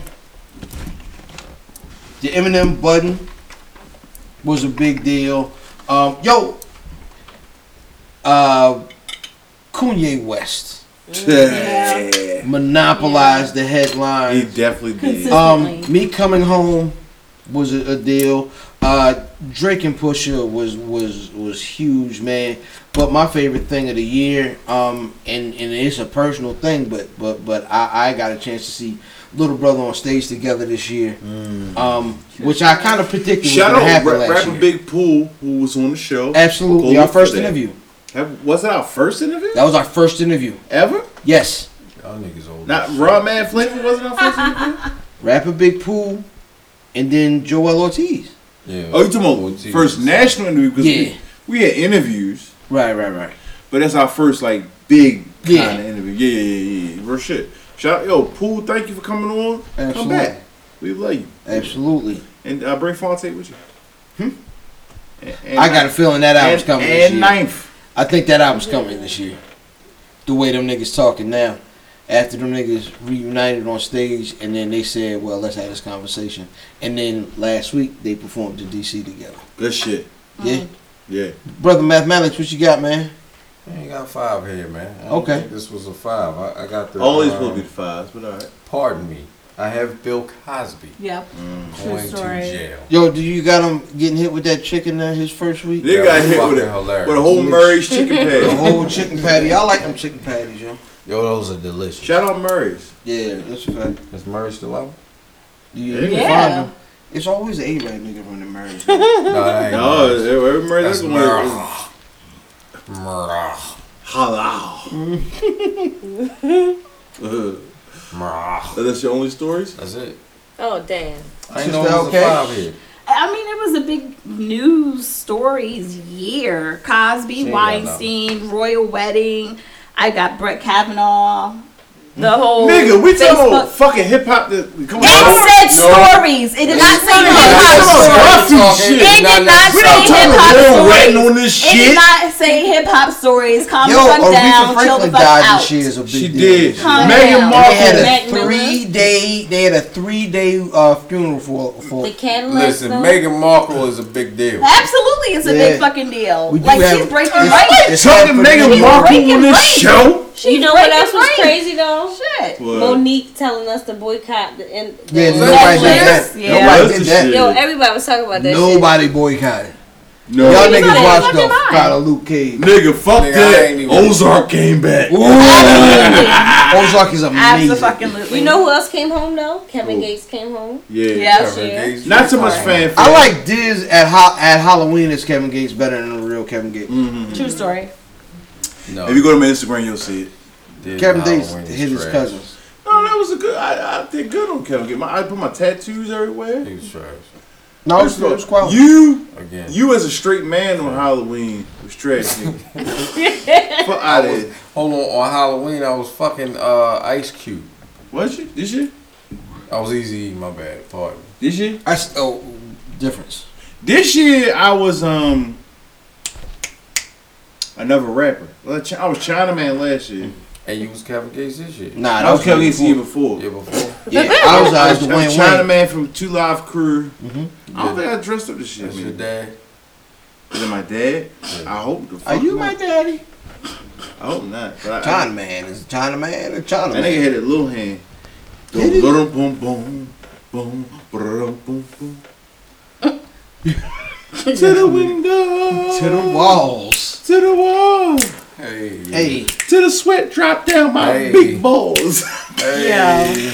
the Eminem button was a big deal. Um, yo, uh, Kanye West
Yeah.
monopolized the
He
headlines.
definitely did. Uh,
Consistent.
Um,
Definitely.
me coming home was a, a deal. Uh, Drake and Pusha was was was huge, man. But my favorite thing of the year, um, and and it's a personal thing, but but but I, I got a chance to see Little Brother on stage together this year, um, which I kind of predicted was
Mm. Shout
going to
out
happen
Ra-
last
Rapper
year.
Big Pool, who was on the show. Go
Absolutely,
look
our
for
first
that.
interview.
Have- was it our first interview
That was our first interview.
ever?
Yes,
Y'all niggas old.
Not
as
Raw
shit.
Man Flavor wasn't our first interview.
Rapper Big Pool, and then Joel Ortiz.
Yeah.
Oh, you talking
Ortiz.
about first national interview? Because
Yeah.
we, we had interviews,
Right, right, right.
but that's our first like big
Yeah.
kind of interview. Yeah, yeah, yeah, yeah. Real shit. Shout out, yo, Pool. Thank you for coming on. Come
Absolutely.
back. We love you.
Absolutely.
And uh, Bray Fonte with you. Hmm? And,
I got a feeling that
and,
album's coming this
And
year.
ninth.
I think that album's coming this year. The way them niggas talking now. After them niggas reunited on stage and then they said, Well, let's have this conversation. And then last week they performed in DC together.
Good shit.
Mm.
Yeah.
Yeah.
Brother Mathematics, what you got, man?
I ain't got five here, man. I don't
Okay.
think this was a five. I, I got the.
Always
um,
will be the fives, but all right.
Pardon me. I have Bill Cosby
Yep.
Mm.
True
going to
story.
jail.
Yo, do you got him getting hit with that chicken uh, his first week?
They
That
got
was
hit
fucking
with a,
hilarious.
with a whole Murray's chicken
The
patty.
whole chicken patty. I like them chicken patties, yo.
Yo, those are delicious.
Shout out Murray's.
Yeah, that's a fact.
Is Murray still out?
You,
Yeah.
you can find
Yeah.
them. It's always an A-Rad nigga running marriage. man.
No, that ain't
No,
Murray's.
every Murray's
That's
is one.
Murrah. Murrah.
Halal. Uh,
Murrah.
That's your only stories?
That's it.
Oh damn.
I ain't
Sister
know it was
okay?
a five here.
I mean, it was a big news stories year. Cosby,
She ain't got
Weinstein, royal wedding. I got Brett Kavanaugh. The whole
Nigga, we talking about
Facebook.
fucking hip hop. that- Come on.
It said
No.
stories. It did not say hip
Come on,
hop stories.
that's some shit.
They did not
We don't talk
say hip
about real
hop
ratting on
stories.
this
It did
shit.
not say hip hop stories. Calm
Yo,
the
Aretha
fuck down. Chill the
Franklin
fuck
died this
out.
year is a big
She
deal.
did.
Calm
Meghan
down.
They had
Markle.
Mac
a
Miller.
three day. They had a three day uh, funeral for. for
The Cadillac.
Listen, Meghan Markle is a big deal.
Absolutely, it's a
Yeah.
big fucking deal.
We do
Like
have-
she's breaking
it's-
right.
it's
Talking
time for
Meghan
them-
Markle on
breaking
this
records.
show.
you know what else was crazy though?
Shit.
Monique telling us to boycott the end.
Yeah,
the-
nobody did
Netflix.
that.
Yeah.
Nobody did
That's the
that.
shit.
Yo, everybody was talking about that.
Nobody boycotted.
No.
Y'all
Nobody
niggas watched
fucking
the
lied.
fight of Luke Cage.
Nigga, fuck
Nigga, I ain't
that.
even-
Ozark came back.
Ooh. Ozark is amazing.
Absolutely.
Shit. You know who else came home though? Kevin
Who?
Gates came home.
Yeah.
Yeah.
Kevin
yeah.
Gates.
Not so much fan.
I like Diz at ha- at Halloween as Kevin Gates better than the real Kevin Gates.
True story.
No,
If you go to my Instagram, you'll see it.
Disney
Kevin Gates
Halloween is
hit his
trash.
cousins.
No, Oh, that was a good. I, I did good on Kevin. Gates. My, I put my tattoos everywhere.
He was trash
No, it's, it's quite.
you,
again.
you as a straight man on Halloween was trash. nigga. Fuck out of here.
Hold on, on Halloween I was fucking uh, Ice Cube.
Was you? This year?
I was easy, my bad. Pardon.
This year?
I s- oh, difference.
This year I was um another rapper. Well, Chi- I was China Man last year.
And you was Kevin Gates this year.
Nah, that
I was Kevin Gates the year
before.
before.
Year before.
Yeah, I was
I
I was
was
the
I'm
Wayne
China
Wayne. Mm-hmm.
Man from Two Live Crew. I don't
Yeah.
think I dressed up this year.
That's your
man.
dad.
Is it my dad? I hope. The fuck
Are you
not.
my daddy?
I hope not. But I-
China man is China man or China
That nigga
man.
had a little hand.
Did he?
Boom, boom, boom, boom, boom, boom, boom. To the window.
To the walls.
To the wall.
Hey.
Hey,
To the sweat drop down my
Hey.
big balls.
Hey.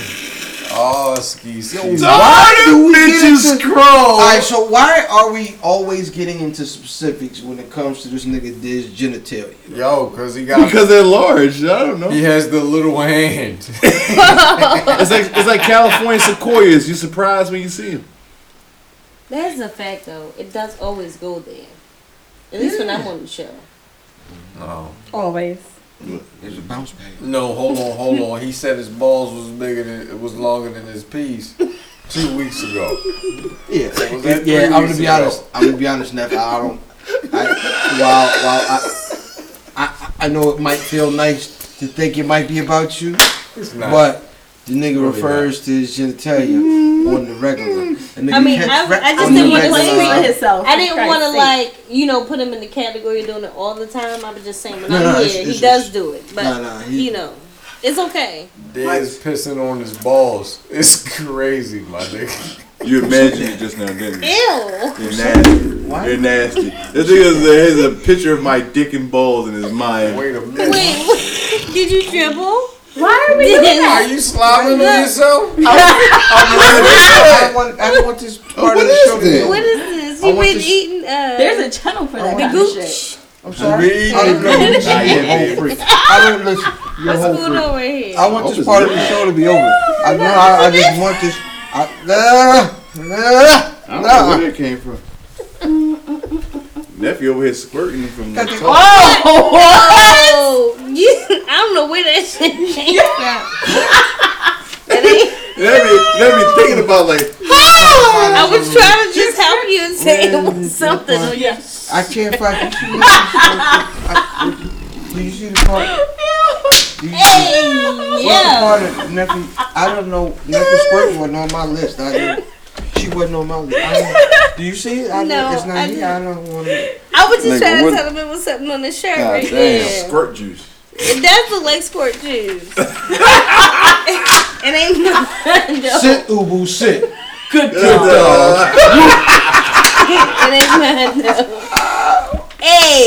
Oh, ski ski.
Yo,
Why
do
do
we get
bitches
into-
crawl?
all right. So why are we always getting into specifics when it comes to this nigga Diz genitalia?
Yo, cause he got
Because they're large. I don't know.
he has the little hand.
It's like it's like California sequoias. You surprised when you see them.
That's a fact though. It does always go there. At least when I'm on the show.
no.
Always.
There's a bounce back.
No, hold on, hold on. He said his balls was bigger than it was longer than his piece two weeks ago.
Yeah,
was that
yeah.
three
I'm gonna
weeks
be
ago?
honest. I'm gonna be honest, Neff. I don't. I, while while I, I I know it might feel nice to think it might be about you,
It's not.
but the nigga
Really
refers to his genitalia on the regular. The nigga
Mm-hmm. I mean,
can't
I-
re-
I just
on the
didn't wanna
regular-
say
Speak for himself.
I didn't
For
want to
Christ's
like you know put him in the category of doing it all the time. I was just saying when
No,
I'm
no,
here,
it's-
he
it's-
does do it, but
No, no, he-
you know it's okay.
Dad's pissing on his balls. It's crazy, my nigga.
You imagined it just now, didn't you?
Ew.
You're nasty.
Why?
You're nasty. This nigga has a picture of my dick and balls in his mind.
Wait a
Wait,
minute.
did you dribble?
Why are we doing
Are
that?
you slobbing on yourself?
I don't want, I don't want this part of
What
the
is
show to
this?
be over.
What is this?
I
You've
want
been
to sh-
eating uh,
There's a channel for that
the
kind of shit.
gooch.
I'm sorry.
Read
I don't
the
know. You're
news.
a whole freak. I don't listen. You're a
What's
whole
going
freak.
on right here?
I want
Hope
this
it's
part of
good.
the show to be over. I know. I, I just want this. I, uh,
I
uh,
don't know
nah.
where that came from. Nephew over here squirting from the top.
oh, you, I don't know where that shit came from. That ain't-
Let me, let me thinking about like,
Oh.
I was trying to just help you and say it was something. on your-
I can't find you. I- Do you see the part? Do you see
Hey,
what's the
yeah.
part of Nephi? I don't know. Nephi Squirt wasn't on my list. I didn't. She wasn't on my list. I don't- do you see it? I
No,
don't, it's not
I
here. I don't want to.
I was just
Nigga,
trying to
what-
tell him it was something on the shirt
God
right
damn,
there.
squirt juice.
It does look like sport shoes. it ain't Mondo.
Sit, Ubu, sit.
Good dog.
It ain't Mondo. Hey,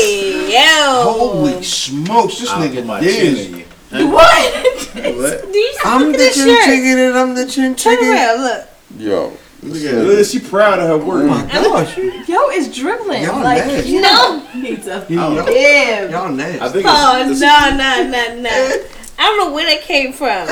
yo.
Oh.
Holy smokes, this
I'll put
nigga
my
did.
chin in you.
What?
What?
Do you see
I'm
look
the
at this
chin
shirt?
chicken and I'm the chin
Turn
chicken.
around, look.
Yo.
Look at her. She proud of her
Oh my
work.
gosh.
Yo, it's dribbling.
Y'all
like
nasty.
you
No.
need to.
Oh.
Damn.
Y'all
I
nasty.
think
Oh,
it's, it's,
no, no, no, no. I don't know where that came from.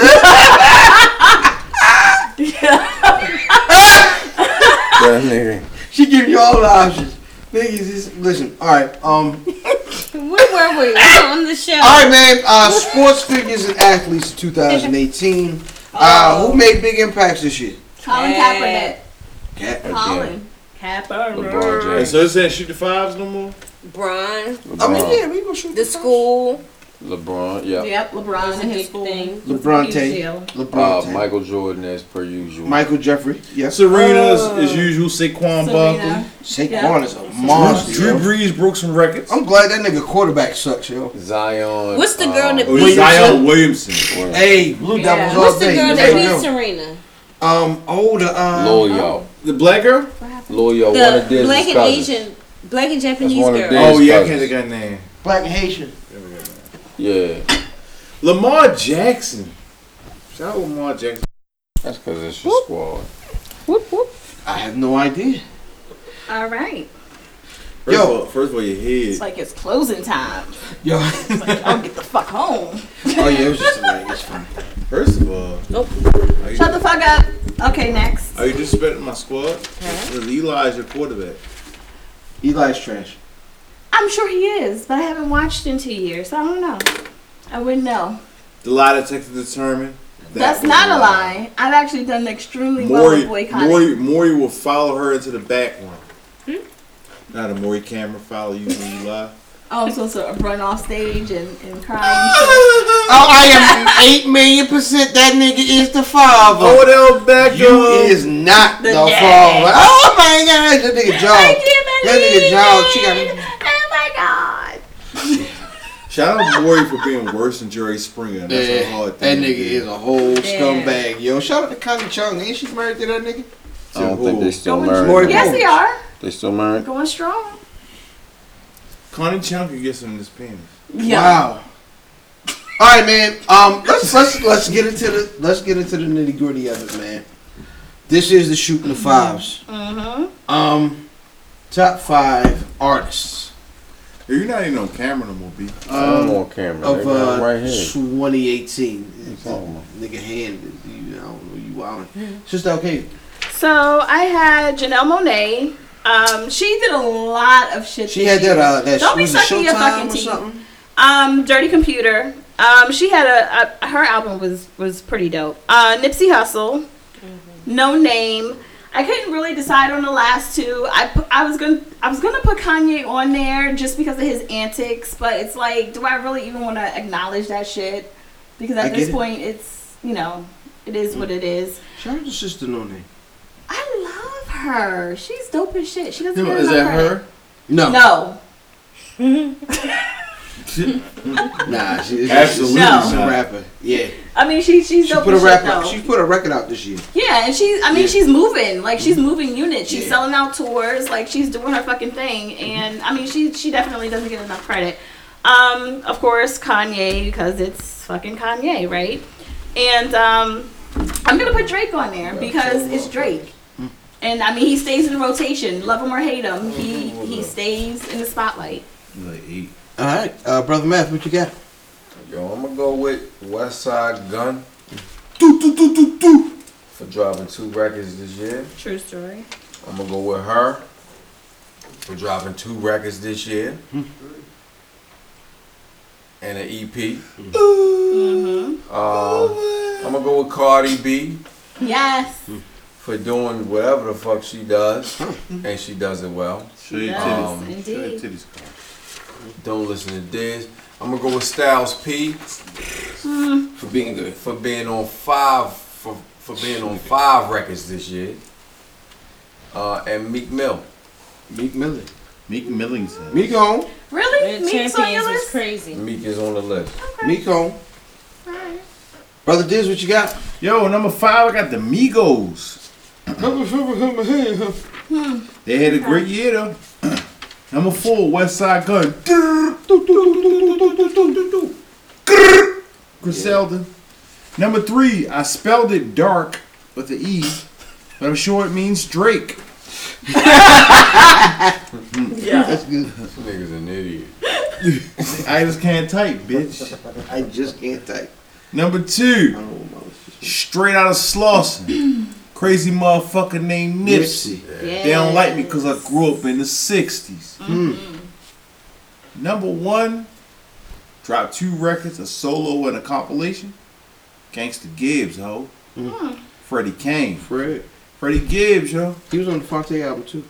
That nigga.
She give you all the options. Niggas is listen. All right. Um.
Where were we? On the show.
All right, man. Uh, sports figures and athletes 2018. Uh, who made big impacts this year?
Colin Kaepernick.
Yeah.
Colin.
LeBron
Kaepernick.
Hey,
James.
so it's saying shoot the fives no more?
Bron.
I mean,
LeBron.
yeah, we gonna shoot
The school.
LeBron. Yeah.
Yep, LeBron
Was
and
it
his
school?
thing.
LeBron
He's
Tate.
jail.
LeBron.
Uh,
James.
Michael Jordan as per usual.
Michael Jeffrey. Yes.
Serena's as usual, Saquon
Serena.
Barkley.
Saquon
Yeah.
is a monster.
Drew
yo.
Brees broke some records.
I'm glad that nigga quarterback sucks, yo.
Zion.
What's the girl
Uh,
that
Oh,
beat-
Zion Williamson.
Zion?
Hey, Blue
Yeah.
Devils all
What's the
day.
girl
you
that
never
beat
know.
Serena?
Um, oh, the um,
Loyal.
The black girl?
Loyal. One
The
of Disney's
black and
cousins.
Asian, black and Japanese
one of
girl.
them.
Oh,
His
yeah, I can't
cousins.
think of her name.
Black and Haitian.
Yeah.
Lamar Jackson. Shout out Lamar Jackson.
That's because it's your squad.
I have no idea.
All right.
First,
Yo.
Of all, first of all, your head.
It's like it's closing time.
Yo,
I'll get the fuck home.
oh yeah, it was just like it's fine.
First of all,
Nope.
are you,
Shut the fuck up. Okay, next.
are you disrespecting my squad? Because Eli is your quarterback.
Eli's trash.
I'm sure he is, but I haven't watched in two years. so I don't know. I wouldn't know.
The lie detector determined. that
That's
was
not a lie. I've actually done extremely well
Maury,
with boycotting.
Maury, Maury will follow her into the back room. Not a Maury camera follow you, Eli.
Oh, I'm supposed to run off stage and, and cry. and shit.
Oh, I am eight million percent. That nigga is the
Oh,
father.
Odell Beckham.
you is not the, father. Oh my gosh, that nigga
I
John.
can't
That nigga
believe
John, she got
it. Oh my god.
Shout out Maury for being worse than Jerry Springer. That's a
Yeah,
hard
that
thing.
nigga
to do.
is a whole scumbag, yo. Shout out to Connie Chung. Ain't she married to that nigga?
I don't think they still
Going
married.
Maury-
though.
Yes, they are.
They still married?
Going strong.
Connie Chung could get some of this penis.
Wow. All right, man. Um, let's let's let's get into the let's get into the nitty gritty of it, man. This is the shooting the fives.
Mm-hmm.
Um, top five artists
Yo, You're not even on camera no more, B.
I'm
um,
on camera.
of
They got
uh,
it right here.
2018.
talking about?
Nigga hand, you, I don't know, you
Mm-hmm.
wildin'. Sister, okay.
So I had Janelle Monet. Um, she did a lot of shit.
She had
this
that
year.
uh, that
Don't be
was it
sucking your
Showtime
fucking
or
teeth.
something.
Um, Dirty Computer. Um, she had a, a her album was was pretty dope. Uh, Nipsey Hussle, No Name. I couldn't really decide on the last two. I pu- I was gonna I was gonna put Kanye on there just because of his antics, but it's like, do I really even want to acknowledge that shit? Because
I
at
get
this
it.
point, it's you know, it is what it is.
Shout out to Sister No Name.
I love her. She's dope as shit. She doesn't.
No,
get
is
enough
that
credit.
her?
No,
No.
nah, she,
Absolutely
she's
No.
a
not.
rapper. Yeah,
I mean, she she's
she
dope
put a
as shit
rap
though.
out. She put a record out this year.
Yeah, and she's, I mean, she's moving. Like, she's moving units. She's
Yeah.
selling out tours. Like, she's doing her fucking thing. And, I mean, she she definitely doesn't get enough credit. Um, of course, Kanye, because it's fucking Kanye, right? And um, I'm going to put Drake on there because it's Drake. And, I mean, he stays in rotation. Love him or hate him, he, he stays in the spotlight.
Like eight.
All right, uh, brother Math, what you got?
Yo, I'm gonna go with West Side Gun
Do, do, do, do, do.
for dropping two records this year.
True story.
I'm gonna go with her for dropping two records this year and an E EP.
Mm-hmm.
Um, I'm gonna go with Cardi B
Yes.
for doing whatever the fuck she does, and she does it well.
Show your
Yes,
titties.
Um,
Show your
indeed.
titties.
Don't listen to this. I'm gonna go with Styles P
Mm,
for being good for being on five for for being on five records this year. Uh, and Meek Mill.
Meek Miller.
Meek Millington.
Meek on.
really?
Red
Meek's on your
Champions was
list?
crazy.
Meek is on the list.
Miko.
Alright.
Brother Diz, what you got?
Yo, number five, I got the Migos. They had a great year though. number four, West Side Gun. Griselda. Number three, I spelled it dark with the E, but I'm sure it means Drake.
That's good.
This nigga's an idiot.
I just can't type, bitch.
I just can't type.
Number two, straight out of Slauson. Crazy motherfucker named Nipsey. They don't like me because I grew up in the 60s. Number one, dropped two records, a solo and a compilation. Gangsta Gibbs, ho. Hmm. Freddie Kane.
Fred.
Freddie Gibbs, yo.
He was on the Fonte album too.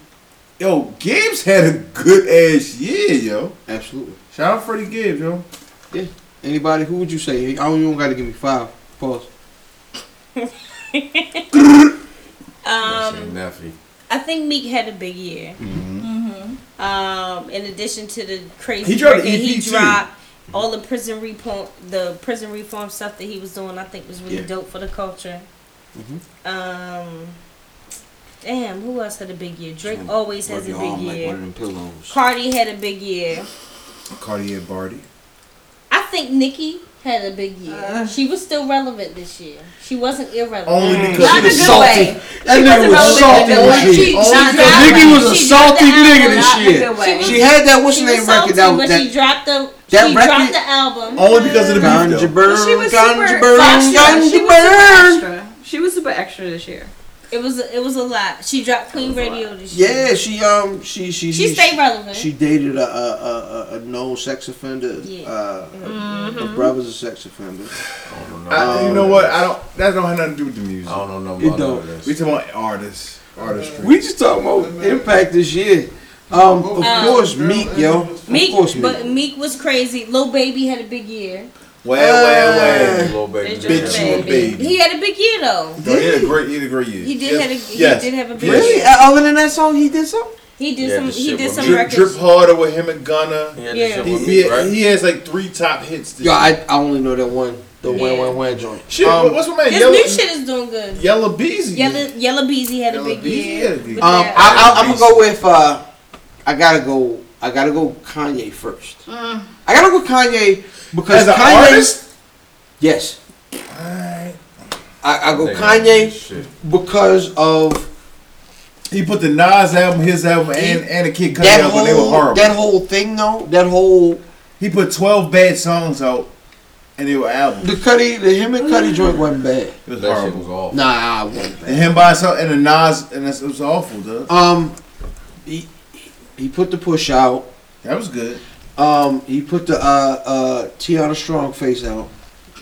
Yo, Gibbs had a good ass year, yo.
Absolutely.
Shout out Freddie Gibbs, yo.
Anybody, who would you say? I don't, you don't got to give me five. Pause.
Say
Mm.
Um,
Neffy.
I think Meek had a big year.
Mm-hmm.
Um, in addition to the crazy
He dropped
record
E
an
he
EP too.
dropped, all the prison reform, the prison reform stuff that he was doing, I think was really
Yeah. Mm-hmm.
dope for the culture. Um, damn, who else had a big year? Drake always has a big year.
them pillows.
Cardi had a big year.
Cartier Barty.
I think Nicki had a big year.
Uh.
she was still relevant this year. She wasn't irrelevant.
Only because
Not
he
in a
was
good
salty.
way.
That nigga was salty
relevant in a good
this
way.
year.
She- not
That
that
nigga
way.
was a
She
salty
dropped the
nigga
album,
this
in
not
a
year.
good way.
She had that what's
She
her
was
name record
salty,
that
but
was
she
that.
dropped the
that
she
record-
dropped the album.
Only because of the beef,
Ganja
though.
burn,
But she was
ganja
super
burn,
extra. She
ganja burn.
was super extra. She was super extra this year.
It was it was a lot. She dropped Queen Radio this year.
Yeah, she um she she
she stayed relevant.
She dated a a, a, a- a known sex offender.
Yeah.
Uh,
Mm-hmm.
Her brother's a sex offender.
I don't know.
I, you know what? I don't. That don't have nothing to do with the music.
I don't know
It
about all
don't.
this.
We talking about artists, artistry.
We just talking about impact this year. Um, of
Uh,
Um,
course, Meek, yo.
Meek,
of course,
but Meek was crazy. Lil Baby had a big year.
well, well, well.
Little baby.
Bitch,
Bitch, you a baby.
He had a big year though.
Yo, He had a great, he had a great year.
He did
Yes.
have a
Yes.
he did have a big
Really?
year.
Uh, Other than that song, he did something.
He did
Yeah,
some
the
he
shit
did
with
some
Drip,
Drip,
records.
drip harder with him and Gunna.
He had
Yeah.
this shit
He,
with
he,
me, right?
he has like three top hits. This
Yo,
year.
I, I only know that one, the
Yeah.
one one one joint.
shit,
um,
what's my man?
His
Yellow,
new shit is doing good.
Yellow Beezy.
Yellow Yellow Beezy had
Yellow
a big
Beezy
year.
had a big
with
year.
Um,
that.
I, I, I'm gonna go with. Uh, I gotta go. I gotta go Kanye first. I gotta go Kanye because
As an
Kanye.
artist,
Yes,
Alright.
I, I go
Nigga,
Kanye
shit.
because of
he put the Nas album, his album, and and the Kid Cudi
that
album. They were
whole
horrible.
that whole thing though. That whole
he put twelve bad songs out, and they were albums.
the Cuddy, the him and Cuddy joint wasn't bad.
It was
That shit
horrible.
was awful.
Nah, I wasn't bad.
and him by himself, and the Nas, and that's, it was awful, dude.
Um, he he put the push out.
That was good.
Um, he put the uh uh Tiana Strong face out.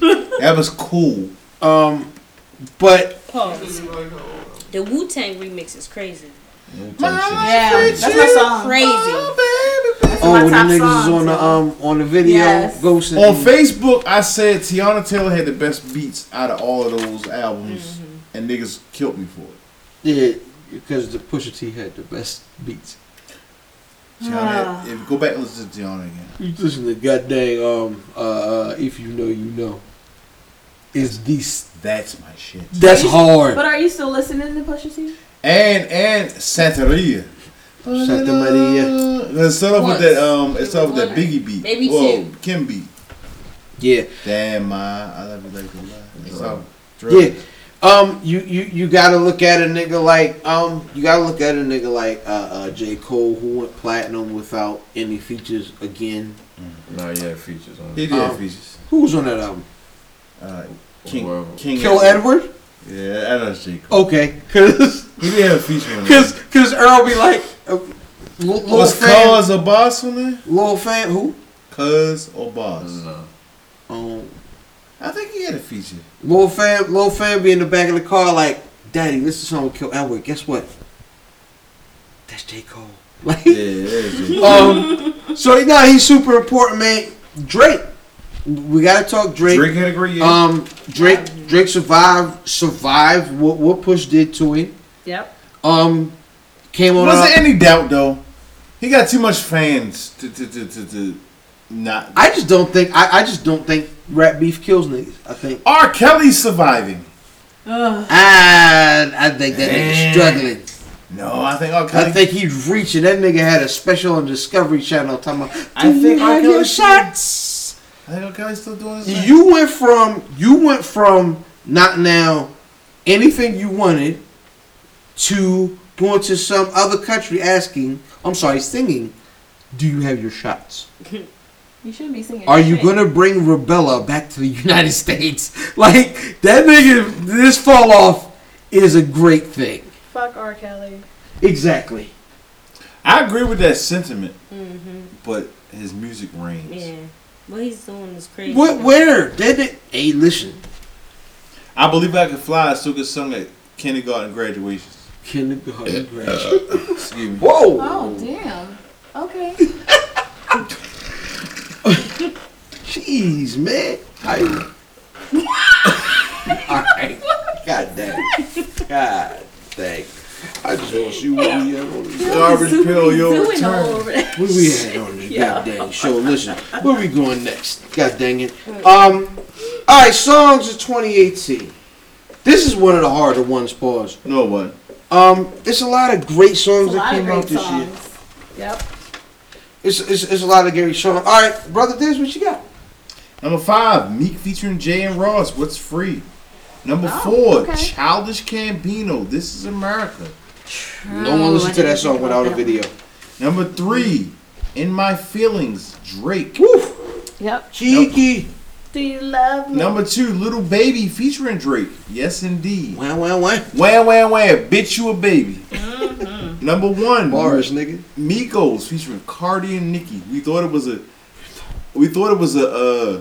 That was cool.
Um, but
Pause. The Wu Tang remix is crazy.
Yeah, that's my
Uh-huh.
song.
Crazy.
oh,
That's my
when the
top
niggas
songs.
is on the um on the video,
Yes.
Ghost and
On Facebook, I said Tiana Taylor had the best beats out of all of those albums, and niggas killed me for it.
yeah, because the Pusha T had the best beats.
Tiana, had, if you go back and listen to Tiana again,
You listen to goddamn um uh, uh if you know you know, is these
that's my shit.
that's hard.
But are you still listening to Pusha T?
And and Santeria.
Santa Maria.
Let's start off with
Once.
that. Um, it started with that
One.
Biggie beat.
Maybe
Well,
two.
Kim beat.
Yeah,
Damn, my I love you like a lot. It's all drill.
yeah. Um, you you you gotta look at a nigga like um you gotta look at a nigga like uh, uh J Cole who went platinum without any features again.
No, yeah, features on
He
it.
did
Um,
features.
Who was on that album?
Uh, King,
Well,
King
Kill Edward.
Yeah, I know it's J. Cole.
Okay, cause
He did have a feature on
Cause,
that.
cause Earl be like, uh, Lil Lil
Was
Fan,
Cuz a boss on there?
Lil Fan, who?
Cuz or boss?
No.
Um,
I think he had a feature.
Lil Fan, Lil Fan be in the back of the car like, Daddy, this is song with Kill Edward. Guess what? That's J Cole. Like,
Yeah,
um, so you know he's super important, man. Drake, we gotta talk Drake.
Drake had a great year.
Um, Drake, Drake survived, survived what what Push did to him.
Yep.
Um, came on.
was
our-
there any doubt though? He got too much fans to to to to, to not.
I just don't think. I, I just don't think rat beef kills niggas. I think.
R. Kelly's surviving.
I, I think that nigga's
Eh.
struggling.
No, I think R. Kelly.
I think he's reaching. That nigga had a special on Discovery Channel talking about.
I
"Do
think
you
R.
have
Kelly
your
still-
shots.
I think R. Kelly's still doing his thing.
You went from you went from not now anything you wanted to going to some other country asking. I'm sorry, singing. Do you have your shots?
You should be singing.
Are
that
you
shit.
gonna bring Rebella back to the United States? Like that nigga, this fall off is a great thing.
Fuck R. Kelly.
Exactly.
I agree with that sentiment, but his music reigns.
Yeah. What he's doing is crazy.
What? Where? Did it? Hey, listen.
I believe I could fly. Still gets sung at kindergarten graduations.
Kindergarten graduate.
Excuse me.
Whoa.
Oh damn. Okay.
Jeez, man. I... All right. God damn. God dang. I just want to see what we had on this.
Garbage pill, your
Doing
return.
all over it.
What we had on this
Yeah.
goddamn show. Listen, where we going next? God dang it.
Mm.
Um. All right, songs of 2018. This is one of the harder ones, pause.
No one.
Um, it's a lot of great
It's
songs
a
that
lot of
came out
great
this year.
songs. Yep.
It's, it's, it's a lot of great songs. All right, brother, this what you got?
Number five, Meek featuring Jay and Ross. What's free? Number
Oh,
four,
okay.
Childish Cambino. This is America.
No one listened to that song without a video.
Number three, In My Feelings, Drake.
Woof.
Yep.
Cheeky.
Do you love me?
Number two, Little Baby featuring Drake. Yes, indeed.
Wah, wah, wah.
Wham, wham, wham. Bitch, you a baby.
Mm-hmm.
Number one,
Bars, nigga.
Migos featuring Cardi and Nicki. We thought it was a, we thought it was a, uh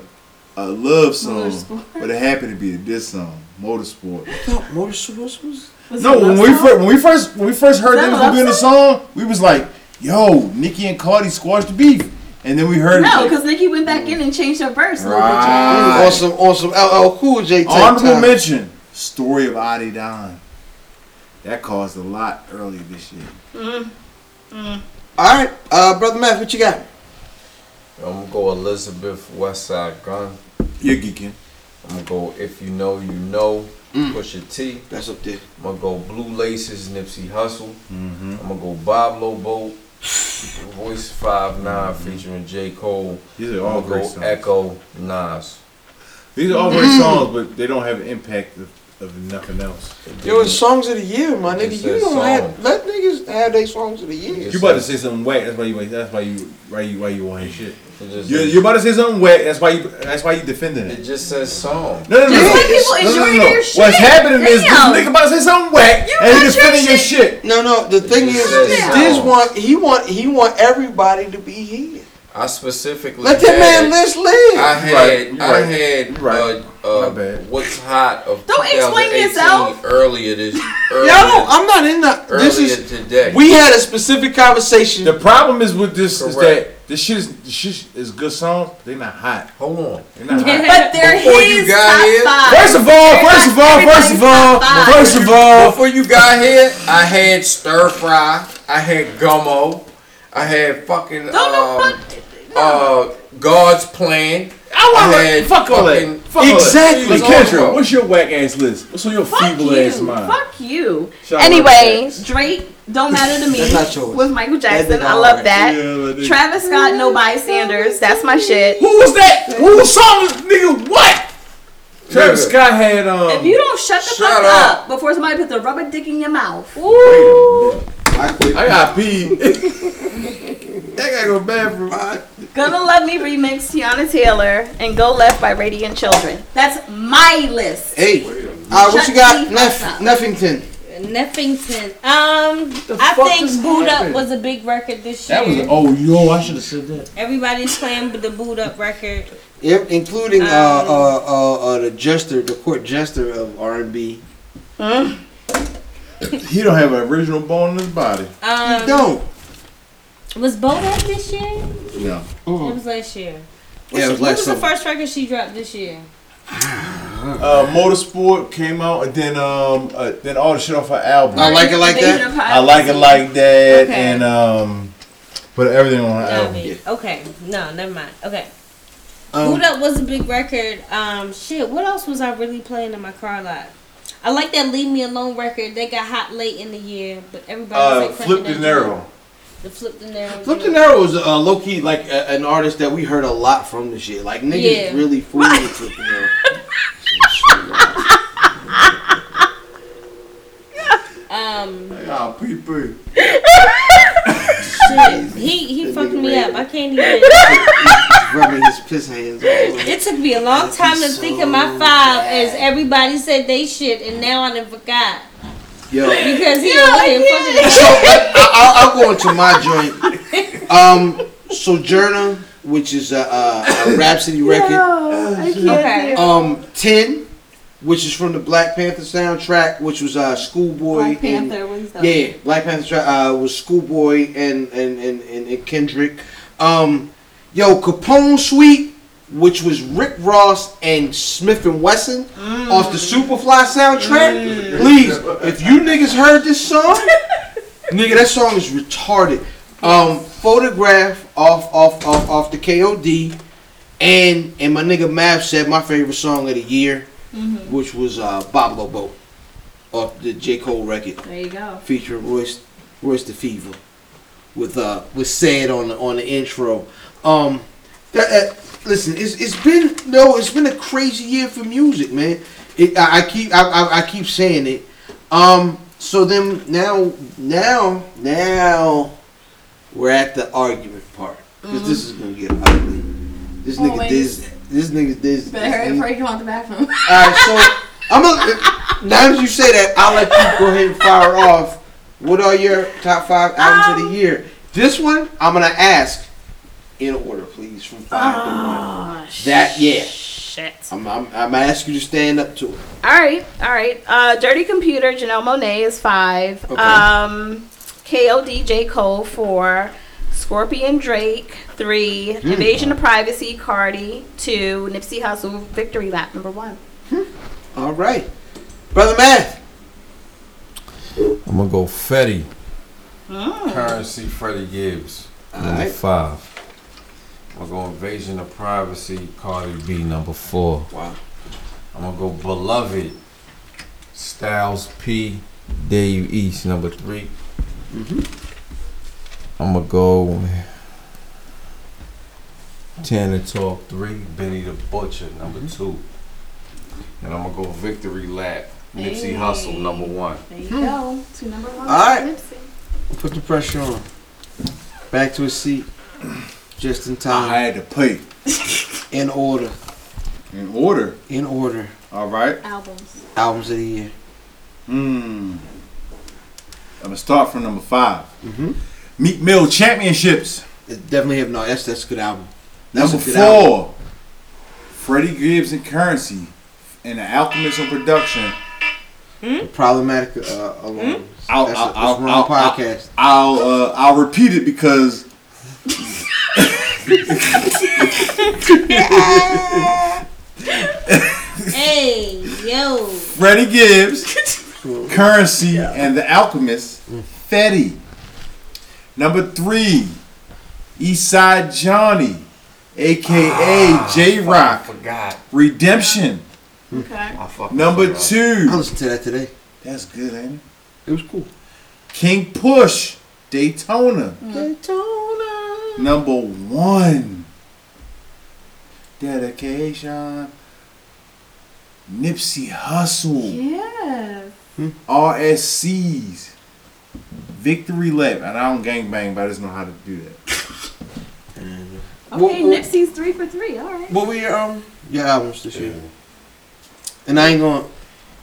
a love song,
Motorsport.
but it happened to be a diss song, Motorsport.
Thought Morris was was.
Was
No,
it a
when
love
we
song?
first when we first when we first heard
Is that
them
a
gonna
love
be in the song, we was like, "Yo, Nicki and Cardi squashed the beef," and then we heard
No,
it.
because Nicki went back in and changed her verse. a little bit.
Right.
Awesome, awesome. LL Cool J. type
Honorable
time.
mention: Story of Adi Don. That caused a lot earlier this year.
All right, uh, brother Matt, what you got?
I'm gonna go Elizabeth Westside Gun.
You're geeking.
I'm gonna go if you know you know. Push your T.
That's up there.
I'm gonna go Blue Laces, Nipsey Hussle. I'm gonna go Bob Lobo, Voice Five Nine featuring J Cole.
These
I'm
are all
gonna
great
go
songs.
Echo Nas.
These are all great songs, but they don't have an impact of, of nothing else.
Yo, it's songs of the year, my nigga.
It's
You
a
don't
song.
have let niggas have their songs of the year.
It's
You about to
like-
say something wet? That's why you. That's why you. Why you? Why you want his shit?
It just,
You're, you're about to say something wet. That's why you. That's why you defending it.
it just says song.
No, no, no.
Just
no.
let people
No, no, no,
enjoy
no.
their
What's
shit.
happening is this
Damn.
nigga about to say something whack,
You
and he
got
just
your
spinning your shit.
No, no. The thing
It's
is,
just
this
that
this
song.
want he want he want everybody to be here.
I specifically
Let that
had-
man let's live.
I
You right,
had
you
I
right, you
had
right.
uh,
My
uh,
bad.
what's hot of
Don't explain
2018
yourself.
earlier this earlier,
Yo, I'm not in the.
earlier
This is
today.
we had a specific conversation.
The problem is with this is
Correct.
that this shit is this shit is good songs, but they're not hot.
Hold on.
They're not hot.
But they're
Before you
his
got
top
here-
five.
First of all, first of all, first of all, first of all,
Before you got here, I had stir fry, I had gummo, I had fucking
Don't know
um, uh, God's plan.
I want
I
to
had
fuck all that.
fucking-
Fuck all that.
Exactly.
Like, Kendra,
Fuck.
what's your whack ass list? What's on your
Fuck
feeble
you.
ass mind?
Fuck you.
Shout out
anyway, Drake don't matter to me
That's not yours.
with Michael Jackson.
That's not
I love
ours.
Yeah,
that.
that nigga.
Travis Scott, No Bystanders. That's my shit.
Who was that? Who song was nigga? What? Travis
Nigga.
Scott had um.
If you don't shut the
Shut
fuck
up.
up. before somebody puts a rubber dick in your mouth,
I quit.
I got pee. I gotta go bathroom. I-
Gonna Love Me remix Tiana Taylor and Go Left by Radiant Children. That's my list.
Hey, uh, what
Shut
you got?
the
Neff-
fuck up.
Neffington.
Neffington. Um, I
fuck
think
just
Boot Up
happened?
was a big record this year.
That was oh yo, I should have said that.
Everybody's playing with the Boot Up record.
Yep, including uh,
Um,
uh, uh, uh, the jester, the court jester of R and B.
He don't have an original bone in his body.
Um,
No,
was Bo Up this year?
No.
It was last year.
yeah, it was
what
last
was the
summer.
first record she dropped this year?
Uh, Motorsport came out, and then um, uh, then all the shit off her album.
I like it like
Invasion
that.
of Privacy.
I like it like that,
Okay.
and um, Put everything on her
Love
album.
it. Okay. No, never mind. Okay.
Um,
Boot Up was a big record. Um, shit, what else was I really playing in my car lot? I like that Leave Me Alone record. They got hot late in the year, but everybody was
Uh,
like
Flip
cracking
De
that
Niro.
joint. The Flip De Niro.
Flip De
joint.
Niro is uh, low key like a, an artist that we heard a lot from this year. Like niggas
Yeah.
really fooling with Flip De Niro.
Um,
Ah, PP.
shit. He he fucked me up. I can't even.
He's rubbing his piss hands. All over.
It took me a long time to think of my five as everybody said they shit, and now I done forgot
Yo,
because he over here fucking.
so I, I'll, I'll go into my joint. Um, Sojourner, which is a, a, a Rhapsody record.
Oh,
Okay.
Um, Ten, which is from the Black Panther soundtrack, which was uh, Schoolboy.
Black
and-
Panther was the
Yeah, Black Panther tra- uh, was Schoolboy and and, and, and and Kendrick. Um, yo, Capone Suite, which was Rick Ross and Smith and Wesson off the Superfly soundtrack. Please, if you niggas heard this song, nigga, that song is retarded. Um, photograph off off off off the KOD, and and my nigga Mav said my favorite song of the year, which was uh, Bob Lobo off the J Cole record
There you go.
featuring Royce Royce the Fever with uh with said on the on the intro. Um that, uh, listen, it's it's been no, it's been a crazy year for music, man. It, I, I keep I, I, I keep saying it. Um so then now now now we're at the argument part.
Mm-hmm.
'Cause this is gonna get ugly. This
Oh,
nigga
wait.
this this nigga this
Better hurry before you go out the bathroom.
Alright, so I'm gonna now that you say that, I'll let you go ahead and fire off. What are your top five albums of the year? This one I'm gonna ask in order, please, from five to one.
Oh,
That yeah.
shit.
I'm I'm I'm gonna ask you to stand up to it.
All right, all right. Uh, Dirty Computer, Janelle Monet is five.
Okay.
Um, KOD, J. Cole, four. Scorpion Drake, three.
Hmm.
Invasion of Privacy, Cardi, two. Nipsey Hussle, Victory Lap, number one.
All right, brother Math.
I'm gonna go Fetty. Currency Freddie Gibbs. Number
Alright.
five. I'm gonna go Invasion of Privacy, Cardi B, number four.
Wow.
I'm gonna go Beloved, Styles P, Dave East, number 3 i I'm gonna go Tanner Talk three, Benny the Butcher, number two. And I'm gonna go Victory Lap, Nipsey
Hey.
Hustle, number one.
There you go. Two number one.
Hmm. All right.
Nipsey.
Put the pressure on. Back to his seat, just in
I
time,
had to pay
in order,
in order.
in order.
All right.
Albums.
Albums of the year.
Hmm. I'm gonna start from number five.
Mhm.
Meat Mill Championships.
It definitely have no. That's that's a good album. That's
Number
a good album.
four. Freddie Gibbs and Currency, and the Alchemist on Production.
Problematic uh,
Hmm?
alone.
I'll,
That's,
I'll,
a,
I'll,
that's wrong
I'll,
podcast.
I'll, uh, I'll repeat it because.
Hey, yo.
Freddie Gibbs, Currency, and The Alchemist, Fetty. Number three, Eastside Johnny, aka J Rock,
forgot.
Redemption.
Okay.
I fucking
Number
forgot.
I
two,
listened to that today.
that's good, ain't it?
It was cool.
King Push, Daytona. Number one, Dedication, Nipsey
Hmm.
Hustle.
Yes.
RSCs. Victory lap. And I don't gangbang, but I just know how to do that.
What-
Okay,
what-
Nipsey's three for three. All right.
What were your um your albums this year? And I ain't going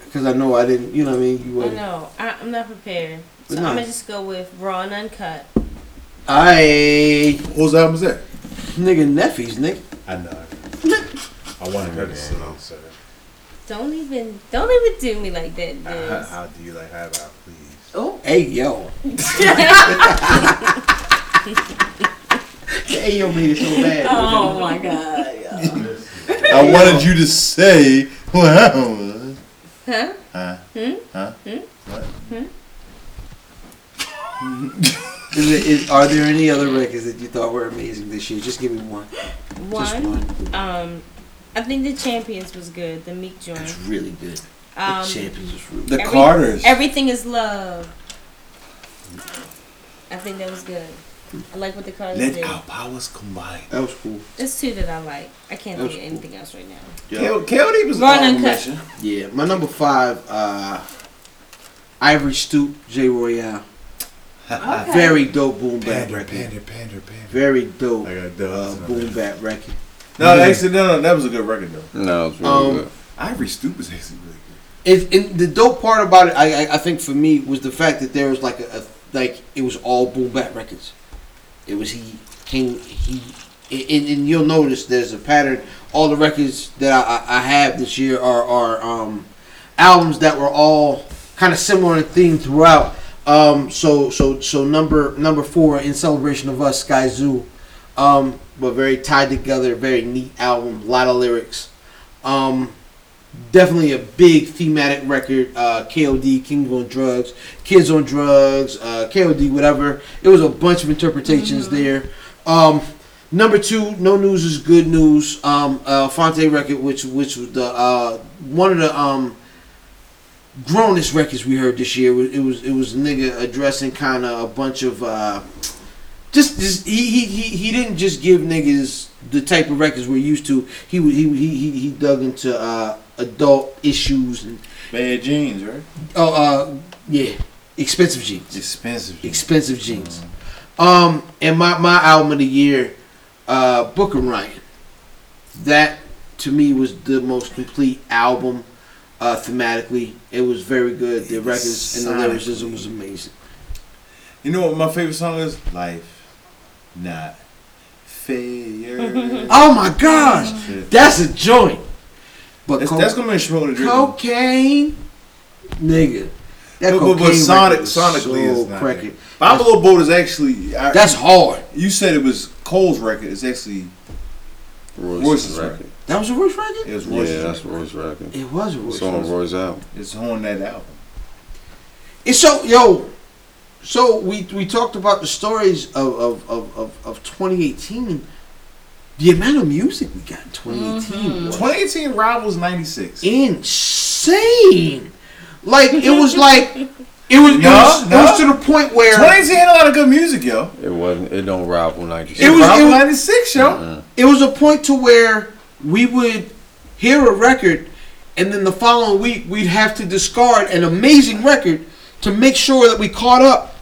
because I know I didn't. You know what I mean? You
I
were.
know. I, I'm not prepared. So
No.
I'm gonna just go with raw and uncut.
I
Whose album is that?
nigga nephews nigga.
I know. I wanted her to sing. So
Don't even, don't even do me like that, dude.
how, how do you like how about please?
Oh.
Hey yo. hey yo made it so bad.
Uh.
Oh my God.
I wanted you to say well.
Huh?
Huh?
Hmm?
Huh?
Hmm?
What?
Is it, is, are there any other records that you thought were amazing this year? Just give me one. Just
One,
one.
um, I think the champions was good. The Meek joint.
It's really good.
Um,
the Champions was really
The
Every-
Carters.
Everything is love. I think that was good. I like what the Carters
Let
did.
our powers combine.
That was cool.
That's two that I like. I can't
That
think
was
of anything else right now.
Kel- Keldy was
Run
on
and
a
cut.
mission.
Yeah, my number five, uh, Ivory Stoop, J Royale.
Okay.
Very dope boom bap
Pander,
record.
pander, pander, pander.
Very dope
I got dubs.
uh,
and all
boom
that.
bap record.
No, actually, no, no, that was a good record though.
No, it's really
Um,
good.
Ivory Stoop is actually really good.
It, and the dope part about it, I, I, I think for me, was the fact that there was like a, a like it was all boom bap records. It was he came he, and, and you'll notice there's a pattern. All the records that I, I- I have this year are are um, albums that were all kind of similar in theme throughout. Um, so so so number number four in celebration of us, Sky Zoo, um, but very tied together, very neat album, a lot of lyrics. Um, definitely a big thematic record. Uh, KOD, Kings on Drugs, Kids on Drugs, uh, KOD, whatever. It was a bunch of interpretations there. Um, number two, No News is Good News. Um, uh, Fonte record, which which was the uh, one of the um, grownest records we heard this year. It was it was, it was nigga addressing kind of a bunch of. Uh, just, just he, he, he, he didn't just give niggas the type of records we're used to. He wa- he he he, he dug into uh, adult issues and
Bad jeans, right?
oh uh, yeah, expensive jeans,
Expensive. Jeans.
expensive jeans. Um, and my my album of the year, uh, Booker Ryan. That to me was the most complete album, uh, thematically. It was very good. The records and the lyricism was amazing.
You know what my favorite song is? Life, not fair.
Oh my gosh, that's a joint. But
that's,
Coke-
that's gonna be a smoke and drink.
cocaine, nigga. That
But- but- but
cocaine
sonic-
record was
sonically
so
it's not
cracky.
Pablo Boat is actually. I,
That's hard.
you said it was Cole's record. It's actually
Royce's,
Royce's
record.
record.
That was a Royce record.
It was Royce's
Yeah, that's
record.
Royce's record.
It was a Royce.
It's on
record.
Royce's album.
It's on that album.
It's so yo. So we we talked about the stories of of of, of, of 2018. The amount of music we got in 2018 was
2018 Rivals '96.
insane. Like it was like it was,
No,
it, was
no.
it was to the point where
2018 had a lot of good music, yo.
It wasn't. It don't rival '96.
It was-
Rivals
it was-
'96, yo.
Mm-mm.
it was a point to where we would hear a record and then the following week we'd have to discard an amazing record to make sure that we caught up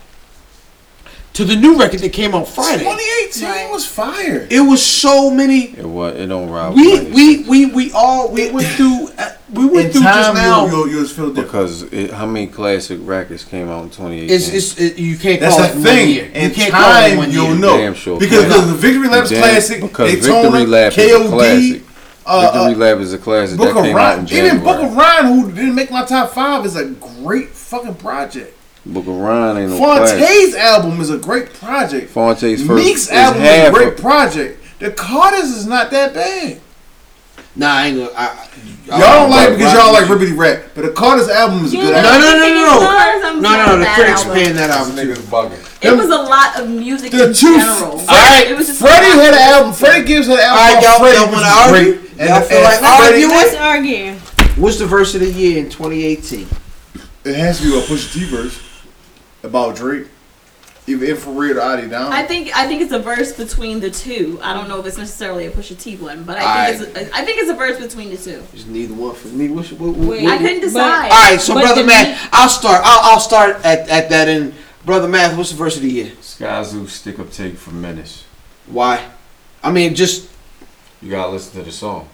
to the new record that came out Friday.
2018 was fire.
It was so many
It was. It don't rival.
we
96.
we we, we all we went through uh, we went
In
through just
time,
now
you'll, you'll, you'll just feel different.
because it, how many classic records came out in 2018?
it's, it's it, you can't
That's
call
the
it one year.
thing.
You
In
can't call it
time,
one
you'll
year.
know.
Damn sure
Because
can.
the, the Victory Laps
Damn,
Classic,
because
Daytona,
Victory Lap is a
KOD,
classic.
uh, uh,
Victory Lap is a classic
Book
that
of
came out in
Ryan,
January.
even Book of Ryan, who didn't make my top five, is a great fucking project.
Book of Ryan ain't no classic.
Fonte's album is a great project.
Fonte's first
Meek's
is
album is a
half
great
of-
project. The Carters is not that bad.
Nah, I ain't gonna. I,
Y'all don't like it
but
because
Ryan-
y'all like Ribbity Rap, but the Carters album is a
You
good
know,
No,
album.
no, no, no, no.
Cars, I'm
no,
saying
no, the
that
critics
album.
panned that
This
album too.
nigga's bugging.
It was a lot of music
The
in
two,
general.
all right.
It was just a
Freddie
lot
had
of
an album.
music.
Freddie Gibbs had
All
an
right, y'all,
album. called Freddie
y'all
was
want to argue?
great.
Y'all
And-
feel
and
like
Freddie-
arguing?
Let's argue.
What's the verse of the year in 2018?
It has to be a Pusha T verse about Drake. Even Infrared or Adi Down.
I think I think it's a verse between the two. I don't know if it's necessarily a Pusha T one, but I
Alright.
think it's a, I think it's a verse between the two.
Just neither one for me. What's, what, what,
Wait,
what-
I couldn't
But-
decide.
All right, so
But
brother
the
Math, I'll start. I'll, I'll start at, at that end. Brother Math, what's the verse of the year?
Sky Zoo stick up take for minutes.
Why? I mean, just
You gotta listen to the song.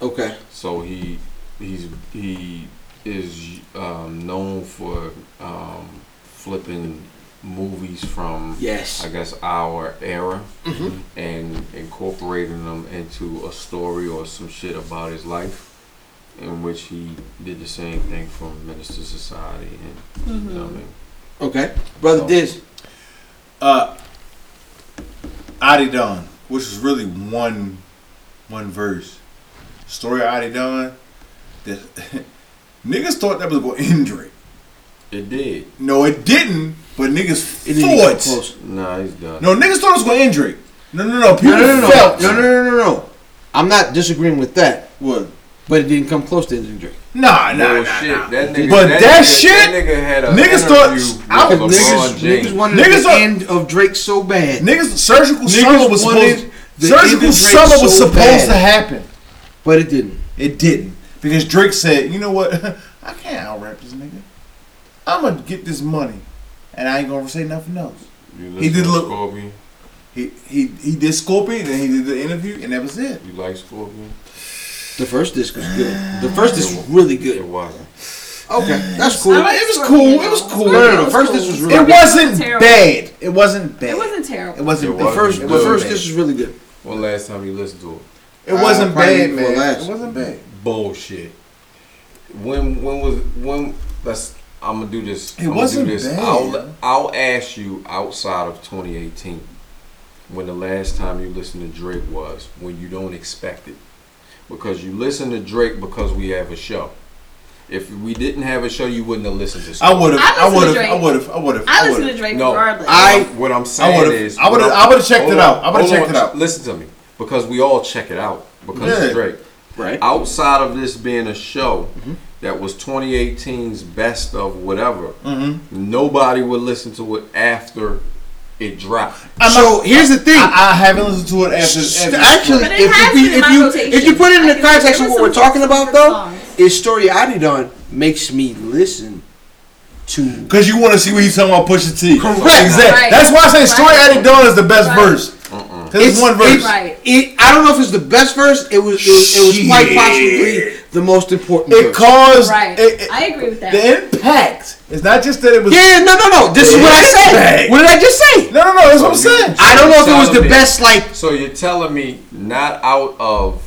okay.
So he he's he is um, known for um, flipping movies from
Yes.
I guess our era
Mm-hmm.
and incorporating them into a story or some shit about his life. In which he did the same thing for Minister Society and you know what I mean?
Okay, brother Diz.
uh, Adi Don, which is really one, one verse. Story of Adi Don. The, niggas thought that was going to end Drake.
it did.
No, it didn't. But niggas
It didn't even come
thought.
close.
Nah, he's done.
No, niggas thought it was going to end Drake. No, no, no. People
No, no, no, no,
felt.
no, no, no, no, no. I'm not disagreeing with that,
What?
but it didn't come close to ending Drake.
Nah, nah,
Real
nah,
shit.
nah.
That nigga,
But that
nigga-
shit-
that nigga had a
niggas thought- I
I
was-
was
Niggas,
LeBron James.
niggas wanted
Niggas
the
are-
end of Drake so bad.
Niggas, surgical
Niggas
summer was
wanted
supposed.
the
Surgical
ending Drake
summer was
so
supposed
bad.
to happen.
But it didn't.
It didn't. Because Drake said, you know what? I can't out rap this nigga. I'm going to get this money. And I ain't going to say nothing else.
You
He did
listen to
look-
Scorpion.
He he, he did Scorpion, and he did the interview, and that was it.
You like Scorpion?
The first disc was good. The first disc was really
It
good.
wasn't.
Okay, that's
I
cool.
mean, it was cool. It was cool.
No, no, no. First disc was really
It
good.
wasn't
Terrible.
bad. It wasn't bad.
It wasn't terrible.
It wasn't.
It
bad.
The first,
It
the
was
first
bad.
disc was really good.
When last time you listened to it?
It wasn't
Uh, probably
bad,
before
man.
last.
It wasn't bad.
Bullshit. When when was when? Let's. I'm gonna do this.
It
I'm
wasn't
gonna do this.
bad.
I'll I'll ask you outside of 2018, when the last time you listened to Drake was, when you don't expect it, because you listen to Drake because we have a show. If we didn't have a show, you wouldn't have listened to.
I would have.
I
I
listened to
would have.
Drake.
I would have. I would have.
I listen to Drake regardless.
I what I'm saying
would've-
is
I would've-
what I'm-
I would've checked
hold
it
on,
out. I would've
hold
checked
on,
it out.
Listen to me, because we all check it out because
Yeah.
it's Drake.
Right.
Outside of this being a show that was 2018's best of whatever,
Mm-hmm.
nobody would listen to it after it dropped.
So here's the thing.
I, I haven't listened to it after.
St-
after
Actually,
But it
if,
has
we,
been in
if
my
you
rotation.
if you put it in
I
the
can-
context
there
of
were
what we're
some
talking about,
different
though,
songs.
is Story Adidon makes me listen to.
Because you want to see what he's talking about Pusha T.
Correct.
Exactly.
Right.
That's why I say Story
Right.
Addict Dawn is the best
Right.
verse. Because it's, one verse.
it's-
Right.
It, I don't know if it's the best verse. It was. It was, it was quite
Shit.
possibly the most important.
It
verse.
caused.
Right.
It, it-
I agree with that.
the impact. It's not just that it was.
Yeah, no, no, no. This is what I said. What did I just say?
No, no, no. That's what I'm saying.
I don't know if it was the
Solomon.
best. Like
So you're telling me not out of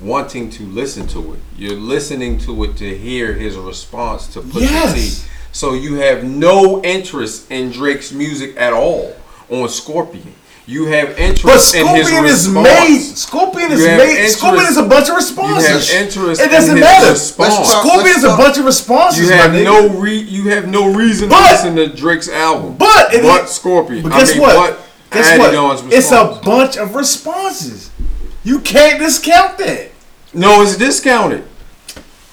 wanting to listen to it, you're listening to it to hear his response to Pusha
Yes.
T. So you have no interest in Drake's music at all on Scorpion. You have interest
But
in his
Scorpion is
response.
made. Scorpion is
You have
made.
interest-
Scorpion is a bunch of
You have
responses.
interest.
It doesn't
in his
matter.
response.
Let's talk-
Scorpion
let's
is a
talk.
bunch of responses.
You
my
have
nigga.
no re. You have no reason
But-
to listen to Drake's album.
But it
what
is-
Scorpion?
But
I
guess
mean,
what?
Addie
Guess what?
Dawn's
It's a
response.
bunch of responses. You can't discount that.
no. It's discounted.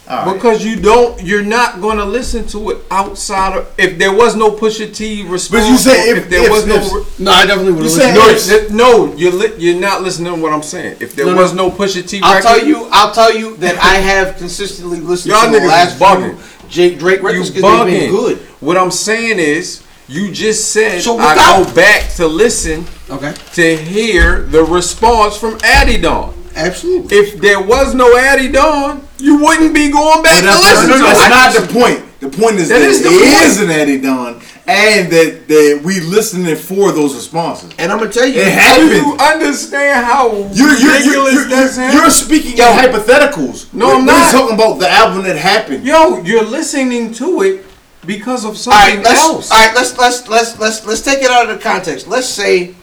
All right.
Because you don't, you're not going to listen to it outside of. If there was no Pusha T response,
But you say
or
if-
there
if-
was
if.
no.
no, I definitely would
You
have
said-
listened.
No,
Yes.
th- no, you're li- you're not listening to what I'm saying. If there
No, no.
was no Pusha T,
I'll
record,
tell you. I'll tell you that I have consistently listened
Y'all
to the
niggas
last
is bugging.
few Jake Drake
you
records because they've
bugging.
been good.
What I'm saying is, you just said
So
I
without-
go back to listen
Okay,
to hear the response from Addie Dawn.
absolutely.
If there was no Addie Dawn, you wouldn't be going back to
But that's,
listen
no, no,
to
that's
it.
not the point. The point is that,
That is the
it
point.
is an Eddie Don, and that, that we listening for those responses.
And I'm gonna tell you,
It
Do
happened.
you understand how
You're, you're,
ridiculous
you're, you're,
that's
you're,
happening?
speaking
Yo.
in hypotheticals.
No,
We're-
I'm
we're
not.
talking about the album that happened.
Yo, you're listening to it because of
All
something
right, let's,
else.
All right, let's let's let's let's let's take it out of the context. Let's say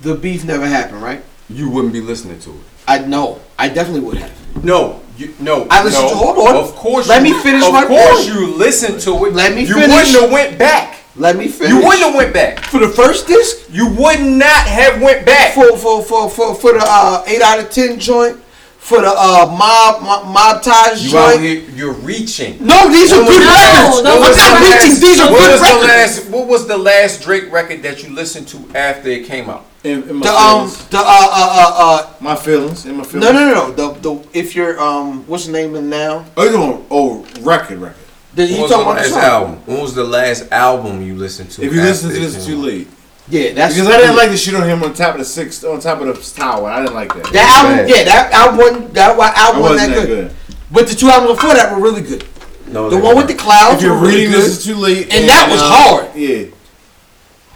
the beef never happened, right?
You wouldn't be listening to it.
I know. I definitely would have.
No, you, no.
I listened
no.
to- hold on.
Of course,
Let
you-
me finish
of
my
course
point.
you listened to it.
Let me
You
finish.
wouldn't have went back.
Let me finish.
You wouldn't have went back.
for the first disc
You would not have went back.
for for for for, for the uh, eight out of ten joint for the uh, mob mob, mob ties
You out
joint.
here, you're reaching.
No, these are good
No,
records.
those
I'm not
are good
reaching.
records.
These are
what
good
was
records.
The last, what was the last Drake record that you listened to after it came out?
In, in my
the um
feelings.
the uh uh uh, uh
my feelings. In my
no
feelings.
no no no the the if you're um what's the name of it now
Oh, you doing oh record record.
the,
When
he
was
talking
the
about the
last
song.
album? When was the last album you listened to?
If you
after
listen to
it
this,
came
it's too
out?
late.
yeah that's
Because I didn't like the shit on him on top of the six, on top of the tower. I didn't like that.
that album
bad.
yeah that album wasn't that wa-
I
album wasn't
wasn't
that good but the two albums before that were really good
No,
the
they
one with the
weren't.
clouds
If you're
were really
reading
good.
this, it's too late. uh,
And that was hard.
Yeah.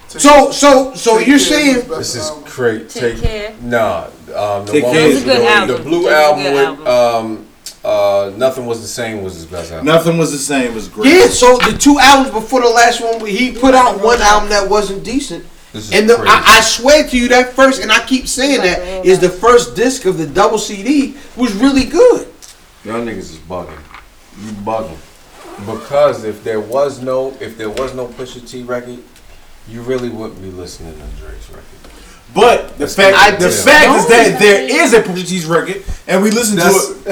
so so so
Take
you're
Care is
saying
the best
This is
album.
great.
Take
Take,
Care.
Nah, um, the
Take
one
Care
with
is a
the,
good
the
album.
blue
That was a
album
good
with um, uh, nothing was the same was his best album.
Nothing was the same. It was great.
yeah so the two albums before the last one he put out one album that wasn't decent
This is
and the,
crazy.
I, I swear to you that first and I keep saying that is the first disc of the double CD was really good
Y'all niggas is bugging. You bugging. Because if there was no if there was no Pusha T record, you really wouldn't be listening to Drake's record.
But the fact,
I
the
just
fact is
don't
that there
believe-
is a Pusha T's record, and we listen
That's-
to it.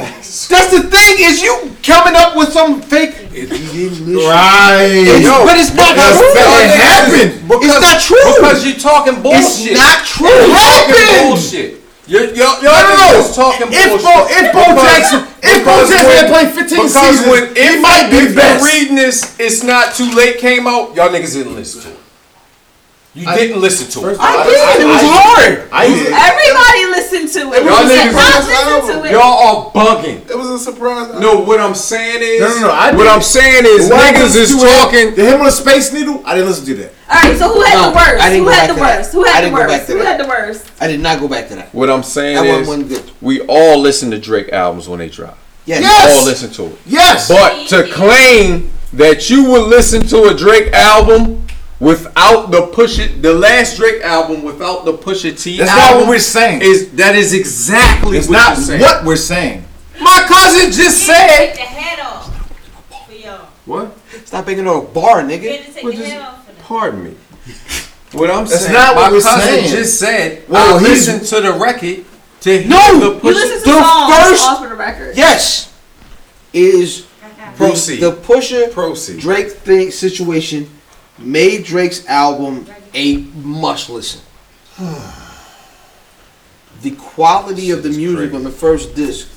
That's the thing is you coming up with some fake.
Right.
It's-
Yo,
but it's not
that's
true.
fact- it happened.
it's not true.
Because you're talking
it's
bullshit.
not true.
You're talking
Happened.
bullshit. You're, you're, you're
no.
just talking
If
bullshit.
Bo, if Bo
Because-
Jackson, if Bo
because
Jackson
when-
had played 15
because
seasons,
when
he
if,
might be
if
best.
You're reading this, it's not too late. Came out, y'all niggas didn't listen to it. You didn't listen to it.
I did. It was hard.
I did.
Everybody listened to it.
It was
Y'all
a
niggas-
I
surprise
listened
album.
to it.
Y'all are bugging.
It was a surprise album.
No, what I'm saying is,
No, no, no, I
what
did.
I'm saying is,
When I
niggas
listened
is
to it,
talking.
The him with a space needle. I didn't listen to that.
All right, so who had
No,
the worst?
I didn't
Who
go
had
back
the
to that.
worst? Who
I
had the
didn't go back
worst?
to
Who
that.
had the worst?
I did not go back to that.
What I'm
That
saying
one
is,
wasn't good.
we all listen to Drake albums when they drop.
Yes.
Yes.
All listen to it.
Yes.
But to claim that you would listen to a Drake album without the push it, the last Drake album without the Pusha T
That's not
album
what we're saying.
is that is exactly
it's
what
not
you're saying.
what we're saying.
my cousin just
Take
said.
the head off for y'all.
What?
Stop making it a bar,
You
nigga.
had to take
What
the
is-
head off for them.
Pardon me. What I'm
That's
saying,
not what
my
we're
cousin
saying.
just said.
Well,
I
he's-
listened to the record to hear
No!
the
You
push
listened to
the
songs
first-
off of the record.
Yes. Is
Proceed.
the pusher
Proceed.
Drake thing situation made Drake's album a must listen. The quality of the
Shit is
music
crazy.
on the first disc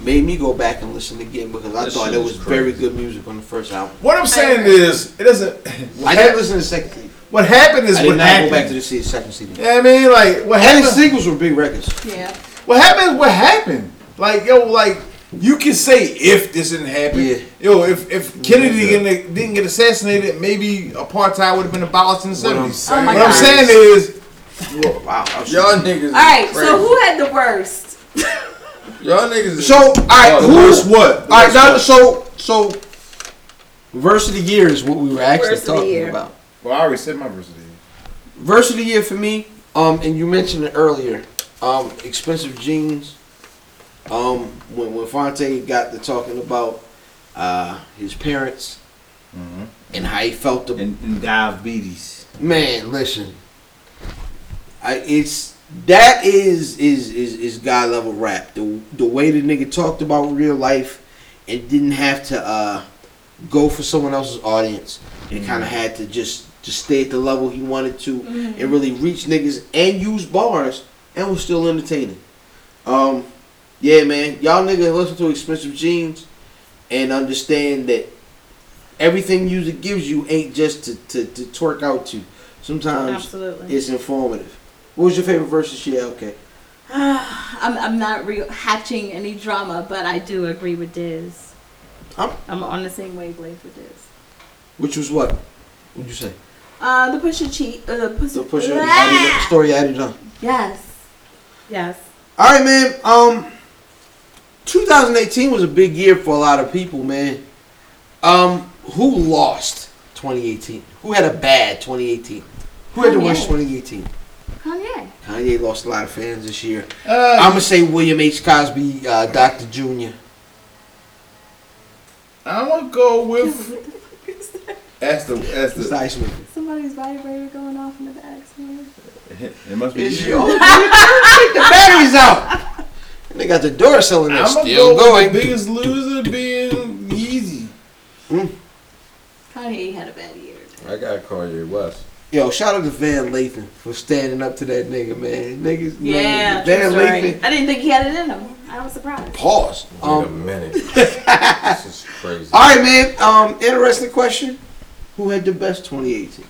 made me go back and listen again because I
This
thought
shit
it
is
was very
crazy.
good music on the first album.
What I'm saying is, it doesn't. What,
I didn't
hap-
listen to the second CD.
what happened is
I did
what
not
happened.
go back to the se- second CD.
yeah, I mean, like what
And
happened.
the singles were big records.
Yeah.
What happened? What happened? Like yo, like you can say if this didn't happen,
Yeah.
yo, if if Kennedy didn't, didn't get assassinated, maybe apartheid would have been abolished in the
What I'm
seventies.
Oh
What,
my
I'm
God.
saying is,
Wow. I was-
Y'all niggas.
All right, so who had the worst?
Y'all niggas.
So, all right,
the
who's
who's what?
all right? Now, so, so, verse of the year is what we were actually
Verse of the
talking
year.
about.
Well, I already said my verse.
Verse of the year for me, um, and you mentioned it earlier, um, expensive jeans. Um, when when Fonte got to talking about uh his parents and how he felt the
And, and diabetes.
man. Listen, I it's that is is is is god level rap. The the way the nigga talked about real life and didn't have to uh go for someone else's audience. It kind of had to just just stay at the level he wanted to and really reach niggas and use bars and was still entertaining. Um, yeah, man, y'all niggas listen to expensive jeans and understand that everything music gives you ain't just to to, to twerk out to. Sometimes
Absolutely.
it's informative. What was your favorite verse this year? Okay.
I'm, I'm not re- hatching any drama, but I do agree with Diz.
I'm-
I'm on the same wavelength with Diz.
Which was what? What'd you say?
Uh, the pusher cheat. Uh, the pusher.
The push your added, story added on.
Yes. Yes.
All right, man. Um, 2018 was a big year for a lot of people, man. Um, who lost 2018? Who had a bad 2018? Who had the worst 2018?
Kanye.
Kanye lost a lot of fans this year.
Uh,
I'm gonna say William H. Cosby, uh, Dr. Jr.
I'm gonna go with. That's the that's
It's
the.
Iceman.
Somebody's vibrator going off in the back somewhere.
It must be.
It's
you.
your own- Take the batteries out. And they got the door selling
I'm
that's
gonna
still
go with
going.
the biggest loser being Yeezy.
Kanye had a bad year.
I gotta call you West.
Yo, shout out to Van Lathan for standing up to that nigga, man. Niggas,
Yeah.
man,
true
Van
story.
Lathan.
I didn't think he had it in him. I was surprised.
Pause.
Wait a
Um,
minute. this is crazy.
Uh,
all right, man. Um, interesting question. Who had the best 2018?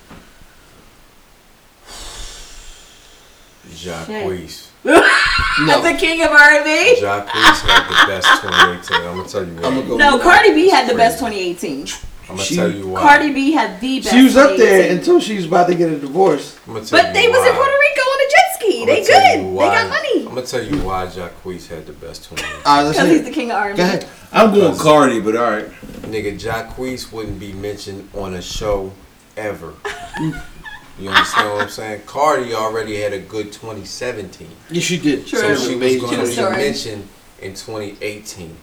Jacquees.
The king of R&B.
Jacquees had the best 2018. I'm gonna tell you what.
I'ma go-
No, Cardi B had the best 2018.
I'm gonna
She-
tell you why.
Cardi B had the best.
She was up
2018.
there until she was about to get a divorce.
I'm gonna tell
But
you
they was
why.
in Puerto Rico on a jet ski.
I'm
They
gonna tell you
good.
why-
They got money.
I'm gonna tell you why Jacquees had the best 2018.
All right, let's
Because
hear
he's the
it.
king of R&B.
Go ahead.
I'm going Cardi, but all right.
Nigga, Jacquees wouldn't be mentioned on a show ever. you understand what I'm saying? Cardi already had a good 2017.
Yes, she did.
True.
So she was
Amazing
going to be
Story.
mentioned in 2018.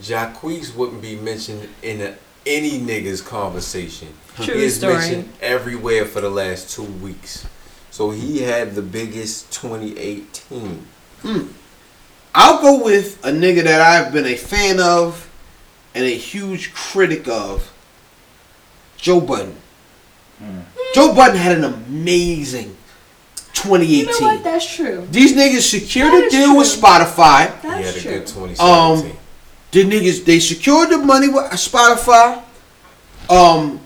Jacquees wouldn't be mentioned in the any nigga's conversation.
True
he is
story.
mentioned everywhere for the last two weeks. So he had the biggest 2018.
I'll go with a nigga that I've been a fan of and a huge critic of, Joe Budden. Joe Budden had an amazing 2018.
You know what? That's true.
These niggas secured
That
a
is
deal with
true.
Spotify.
he had
That's
a
true.
good 2017.
The niggas they secured the money with Spotify. Um,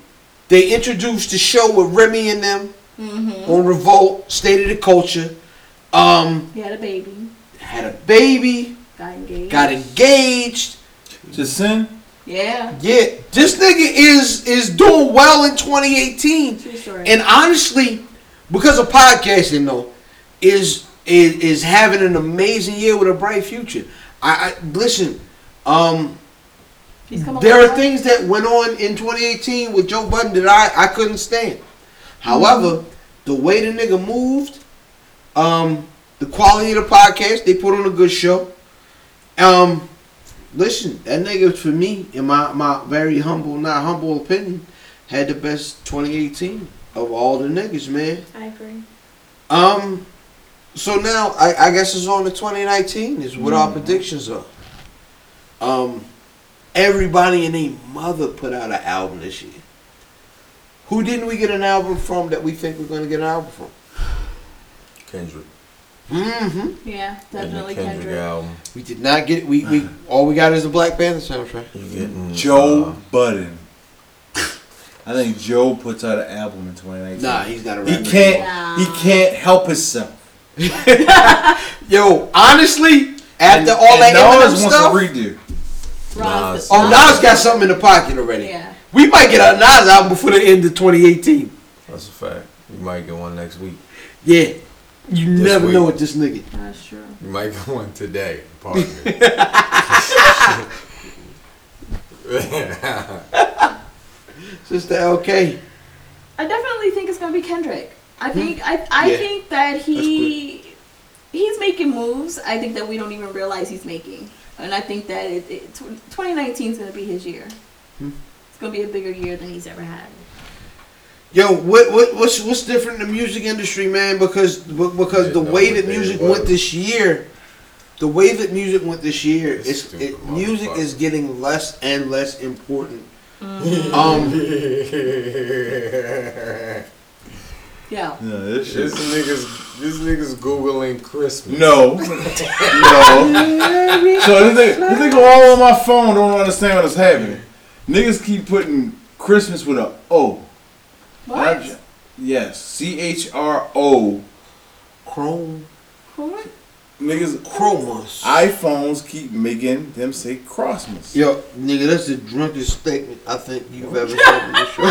they introduced the show with Remy and them
Mm-hmm.
on Revolt, State of the Culture. Um,
He had a baby.
had a baby,
Got engaged.
got engaged.
Just sin.
Yeah.
Yeah, this nigga is is doing well in 2018.
True story.
And honestly, because of podcasting though, is is is having an amazing year with a bright future. I, I listen, um,
He's come a
there
long
are
way.
things that went on in 2018 with Joe Budden that I, I couldn't stand. However, the way the nigga moved, um, the quality of the podcast, they put on a good show. Um, listen, that nigga for me, in my, my very humble, not humble opinion, had the best 2018 of all the niggas, man.
I agree.
Um, so now I, I guess it's on to 2019 is what
Mm-hmm.
our predictions are. Um, everybody and their mother put out an album this year. Who didn't we get an album from that we think we're going to get an album from?
Kendrick.
Mm-hmm.
Yeah,
And the
definitely
Kendrick,
Kendrick.
album.
We did not get we we all we got is the Black Panther soundtrack.
You getting,
Joe
uh,
Budden. I think Joe puts out an album in 2019.
Nah, he's not a
he
rapper.
can't.
Nah.
He can't help himself.
Yo, honestly, after
And-
Oh,
all that
and
Eminem
Nas
stuff,
wants a redo.
Ross.
Nas.
oh Nas got something in the pocket already.
Yeah.
We might get a Nas album before the end of 2018.
That's a fact. You might get one next week.
Yeah. You
This
never
week.
know with this nigga.
That's true.
You might get one today, partner.
Sister LK.
I definitely think it's gonna be Kendrick. I think I I
Hmm. Yeah.
think that he he's making moves. I think that we don't even realize he's making, and I think that it, it, twenty nineteen is gonna be his year.
Hmm.
It's gonna be a bigger year than he's ever had.
Yo, what, what what's what's different in the music industry, man? Because be- because
Yeah,
the
no,
way
but
that
they
music
were.
went this year, the way that music went this year,
It's
it's
stupid,
it, music
motherfucker.
is getting less and less important. Um,
Yeah.
No, this
This
shit.
nigga's this nigga's googling Christmas.
No, no. So this nigga, this nigga all on my phone don't understand what's happening. Niggas keep putting Christmas with a O.
What?
I- Yes, C H R O.
Chrome
What?
Niggas
Chromas.
iPhones keep making them say Christmas.
Yo, nigga, that's the drunkest statement I think you've ever said in this show.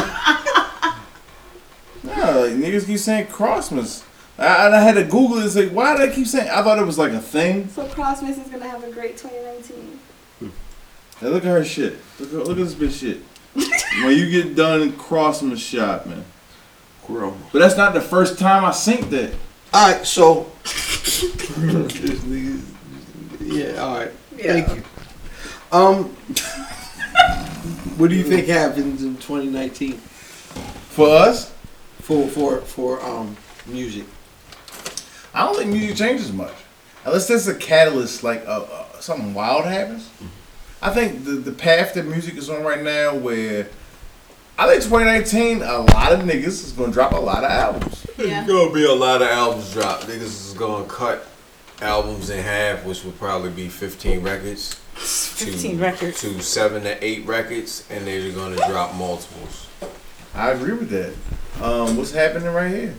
Nah, like niggas keep saying Christmas. I, I had to Google it. It's like, why did I keep saying? I thought it was like a thing.
So Crossmas is gonna have a great twenty nineteen.
Hey, look at her shit. Look, at- look at this bitch shit. when you get done Christmas shop, man.
Chroma.
But that's not the first time I synced that.
All right, so yeah, all right. Thank you. Um, what do you think happens in 2019
For us,
for for for um music?
I don't think music changes much, unless there's a catalyst like uh, uh, something wild happens. I think the the path that music is on right now, where I think 2019, a lot of niggas is gonna drop a lot of albums.
Yeah.
There's gonna be a lot of albums dropped. Niggas is gonna cut albums in half, which will probably be 15 records. 15 records. To seven to eight records, and they're gonna drop multiples.
I agree with that. Um, what's happening right here?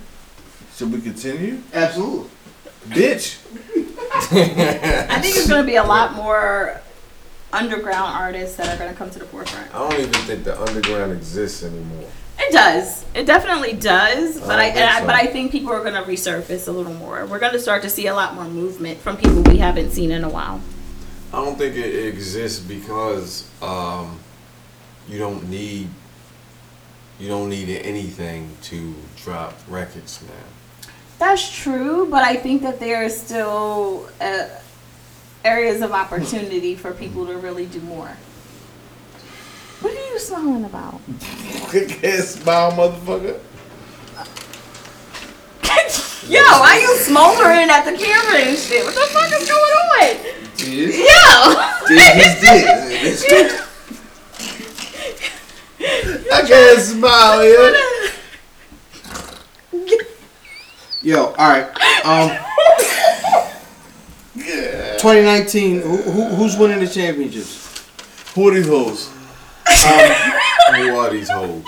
Should we continue?
Absolutely.
Bitch.
I think it's gonna be a lot more underground artists that are gonna come to the forefront.
I don't even think the underground exists anymore.
It does. It definitely does. But I,
I
and I
think
but
so.
I think people are going to resurface a little more. We're going to start to see a lot more movement from people we haven't seen in a while.
I don't think it exists because um, you don't need you don't need anything to drop records now.
That's true, but I think that there are still uh, areas of opportunity for people to really do more. What do you you smiling about?
Quick ass smile, motherfucker.
Yo, why you smoldering at the camera and shit? What the fuck is going on?
This
Yo!
this is it. I can't smile, yo.
Yo, all right. Um, 2019. Who, who, who's winning the championships?
Who are these hoes?
Who are these hoes?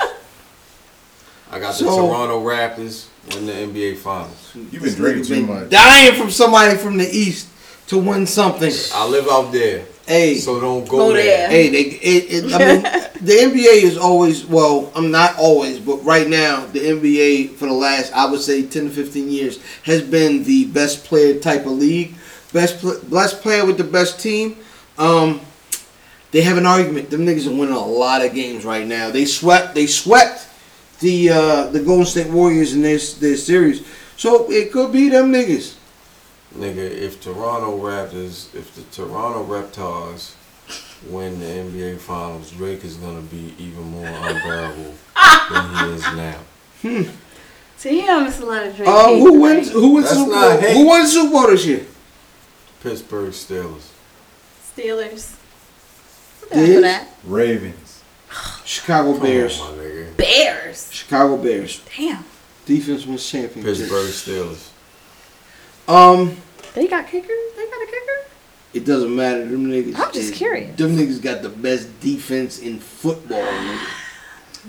I got the
So-
Toronto Raptors in the NBA Finals.
You've been drinking too much.
Dying from somebody from the east to win something.
I live out there,
Hey,
so don't go,
Go
Oh,
there.
there.
hey. They, it, it, I mean, the NBA is always well. I'm not always, but right now, the NBA for the last I would say 10 to 15 years has been the best player type of league. Best, pl- best player with the best team. Um, they have an argument. Them niggas are winning a lot of games right now. They swept. They swept the uh, the Golden State Warriors in this their series. So it could be them niggas.
Nigga, if Toronto Raptors, if the Toronto Reptiles win the NBA Finals, Drake is gonna be even more unbearable than he is now.
Damn, it's a lot of drink.
Uh, who wins? Who wins?
That's
Super
not
Bowl?
hate.
Who wins Super Bowl this year?
Pittsburgh Steelers.
Steelers.
Yes.
For that.
Ravens.
Chicago
Come on,
Bears.
my nigga.
Bears.
Chicago Bears.
Damn.
Defense wins championships.
Pittsburgh Steelers.
Um,
They got kicker? They got a kicker?
it doesn't matter. Them niggas.
I'm just
is-
curious.
Them niggas got the best defense in football. nigga.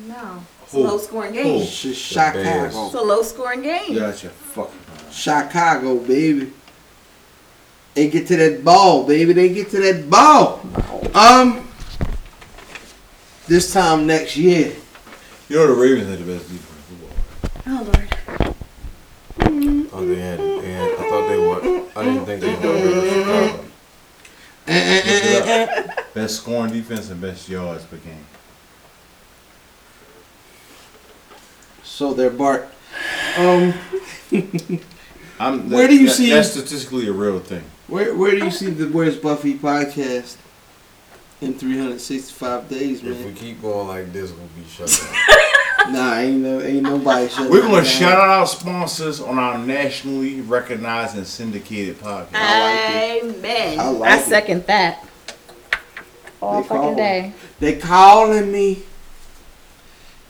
No. It's a
Who?
low scoring game.
Who?
Shit,
Bears.
Chicago.
It's a low scoring game.
You got your fucking.
Chicago, baby. They get to that ball, baby. They get to that ball. Um, this time next year,
You know the Ravens are the best defense in football.
Oh, Lord.
Oh, they had, they had, I thought they won. I didn't think they won against Chicago.
Look it up. best scoring defense and best yards per game.
so they're Bart. Um,
I'm,
Where do you
that-
see-
that's statistically a real thing?
where where do you see the Where's Buffy podcast in 365 days, man?
If we keep going like this, we'll be shut down.
Nah, ain't no, ain't nobody shut.
We're gonna shout
up.
out our sponsors on our nationally recognized and syndicated podcast.
Amen.
I like
I
it.
second that. All
They call
fucking day.
They calling me.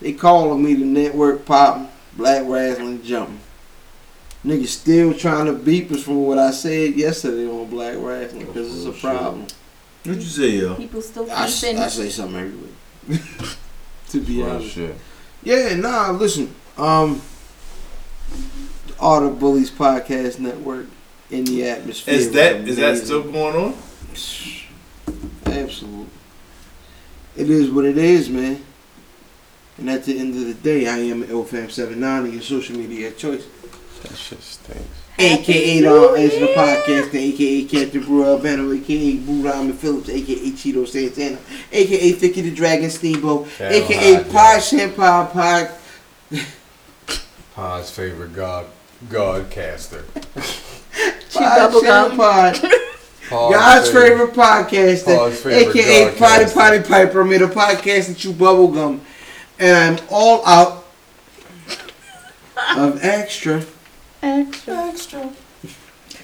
They calling me the network popping, black wrestling jumping. Niggas still trying to beep us from what I said yesterday on black wrestling because it's a problem.
What'd you say, yo?
People still
I, s-
beefing.
I say something every week. to be
Oh,
Real
honest.
shit.
Yeah, nah, listen. Um, the All the Bullies Podcast Network in the atmosphere.
Is that is that
Amazing.
still going on?
Absolutely. It is what it is, man. And at the end of the day, I am LFAM790, your social media choice.
That shit stinks.
AKA Don Angela Podcast, AKA Captain Brewer Albano, AKA Boo Diamond Phillips, AKA Cheeto Santana, AKA Thicky the Dragon Steamboat,
Hell
AKA
nah,
Pod Shampoo Pod.
Pod's favorite god, god caster.
Pod Shampoo Pod.
Pod's
God's favorite podcaster,
God's favorite
aka Potty
podcaster.
Potty Piper, made a podcast that chew bubblegum. And I'm all out of extra.
Extra.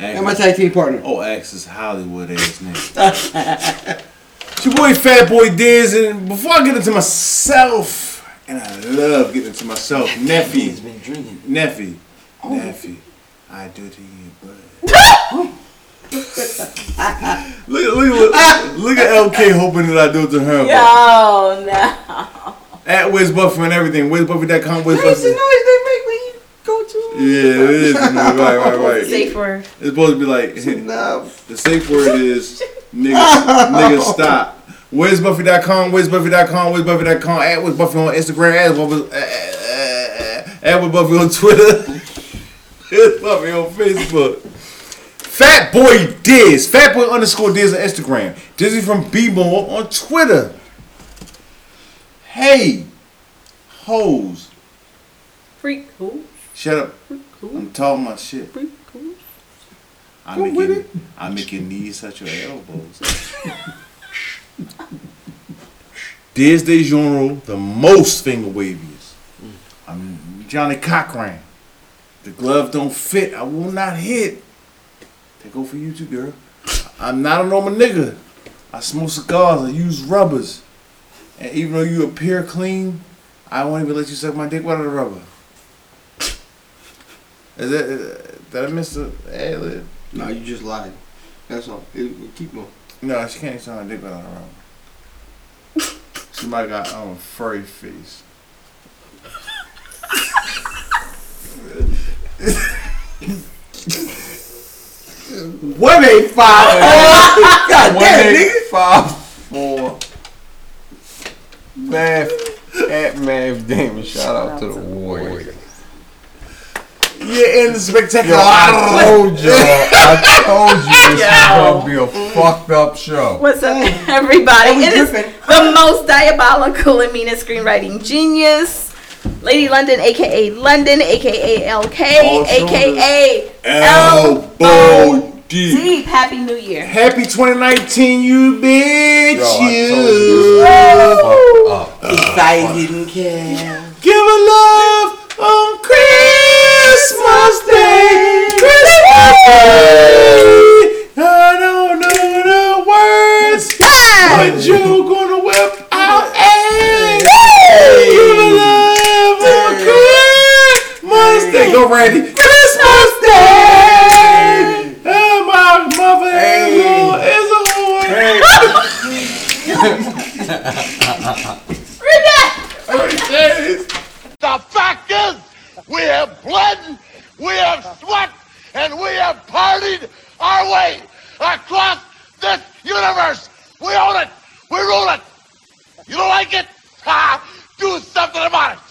And my tag team partner.
Oh, Axis Hollywood ass nigga.
It's your boy Fat Boy Diz and
And before I get into myself, and I love getting into myself, nephew,
been drinking. Oh.
nephew, nephew, I do it to you, but. look, look, look, look at LK hoping that I do it to her. but-
Yo, Oh, no.
At Wiz Buffer and everything. WizBuffer.com, Wiz Buffer.
they make when you go
Yeah, it is. you know, Right, right, right.
Safe word.
It's supposed to be like
No.
the safe word is nigga, nigga stop. WizBuffy.com, WizBuffy.com, WizBuffy.com, at WizBuffy on Instagram, at Wiz uh, uh, uh, at WizBuffy on Twitter, WizBuffy on Facebook. Fat Boy Diz, Fat Boy underscore Diz on Instagram, Dizzy from B-More on Twitter. Hey, hoes,
Freak cool.
shut up.
Freak cool.
Um,
I'm talking my shit.
Freak cool.
I make your, I make your knees touch your elbows. There's their genre, the most finger waviest. I'm Johnny Cochran. The glove don't fit. I will not hit. They go for you too, girl. I'm not a normal nigga. I smoke cigars. I use rubbers. And even though you appear clean, I won't even let you suck my dick without a rubber. Is that, is- did I miss the ad lib?
No, you just lied. That's all. It, keep going.
No, she can't suck my dick without a rubber. She might got um, furry face.
One eight five. God damn, nigga.
Five, four. Math at Math Damon. Shout out to the Warriors.
Yeah, and the spectacular.
Yo, I told y'all. I told you this is gonna be a fucked up show.
What's up, everybody? It is the most diabolical and meanest screenwriting genius, Lady London, aka London, aka LK, aka
Elbow deep.
Deep. Happy New Year.
Happy 2019, you bitch.
Yo, I
you.
told you this was fucked up.
If I didn't care.
Give a love on Christmas Day. Christmas Day. I don't know the words, but you're gonna whip out ass. Give a love on Christmas Day. Go, Randy. Christmas Day. And my mother-in-law is a whore. É
The fact is, we have bled, we have sweat, and we have partied our way across this universe. We own it. We rule it. You don't like it? Ha! Do something about it.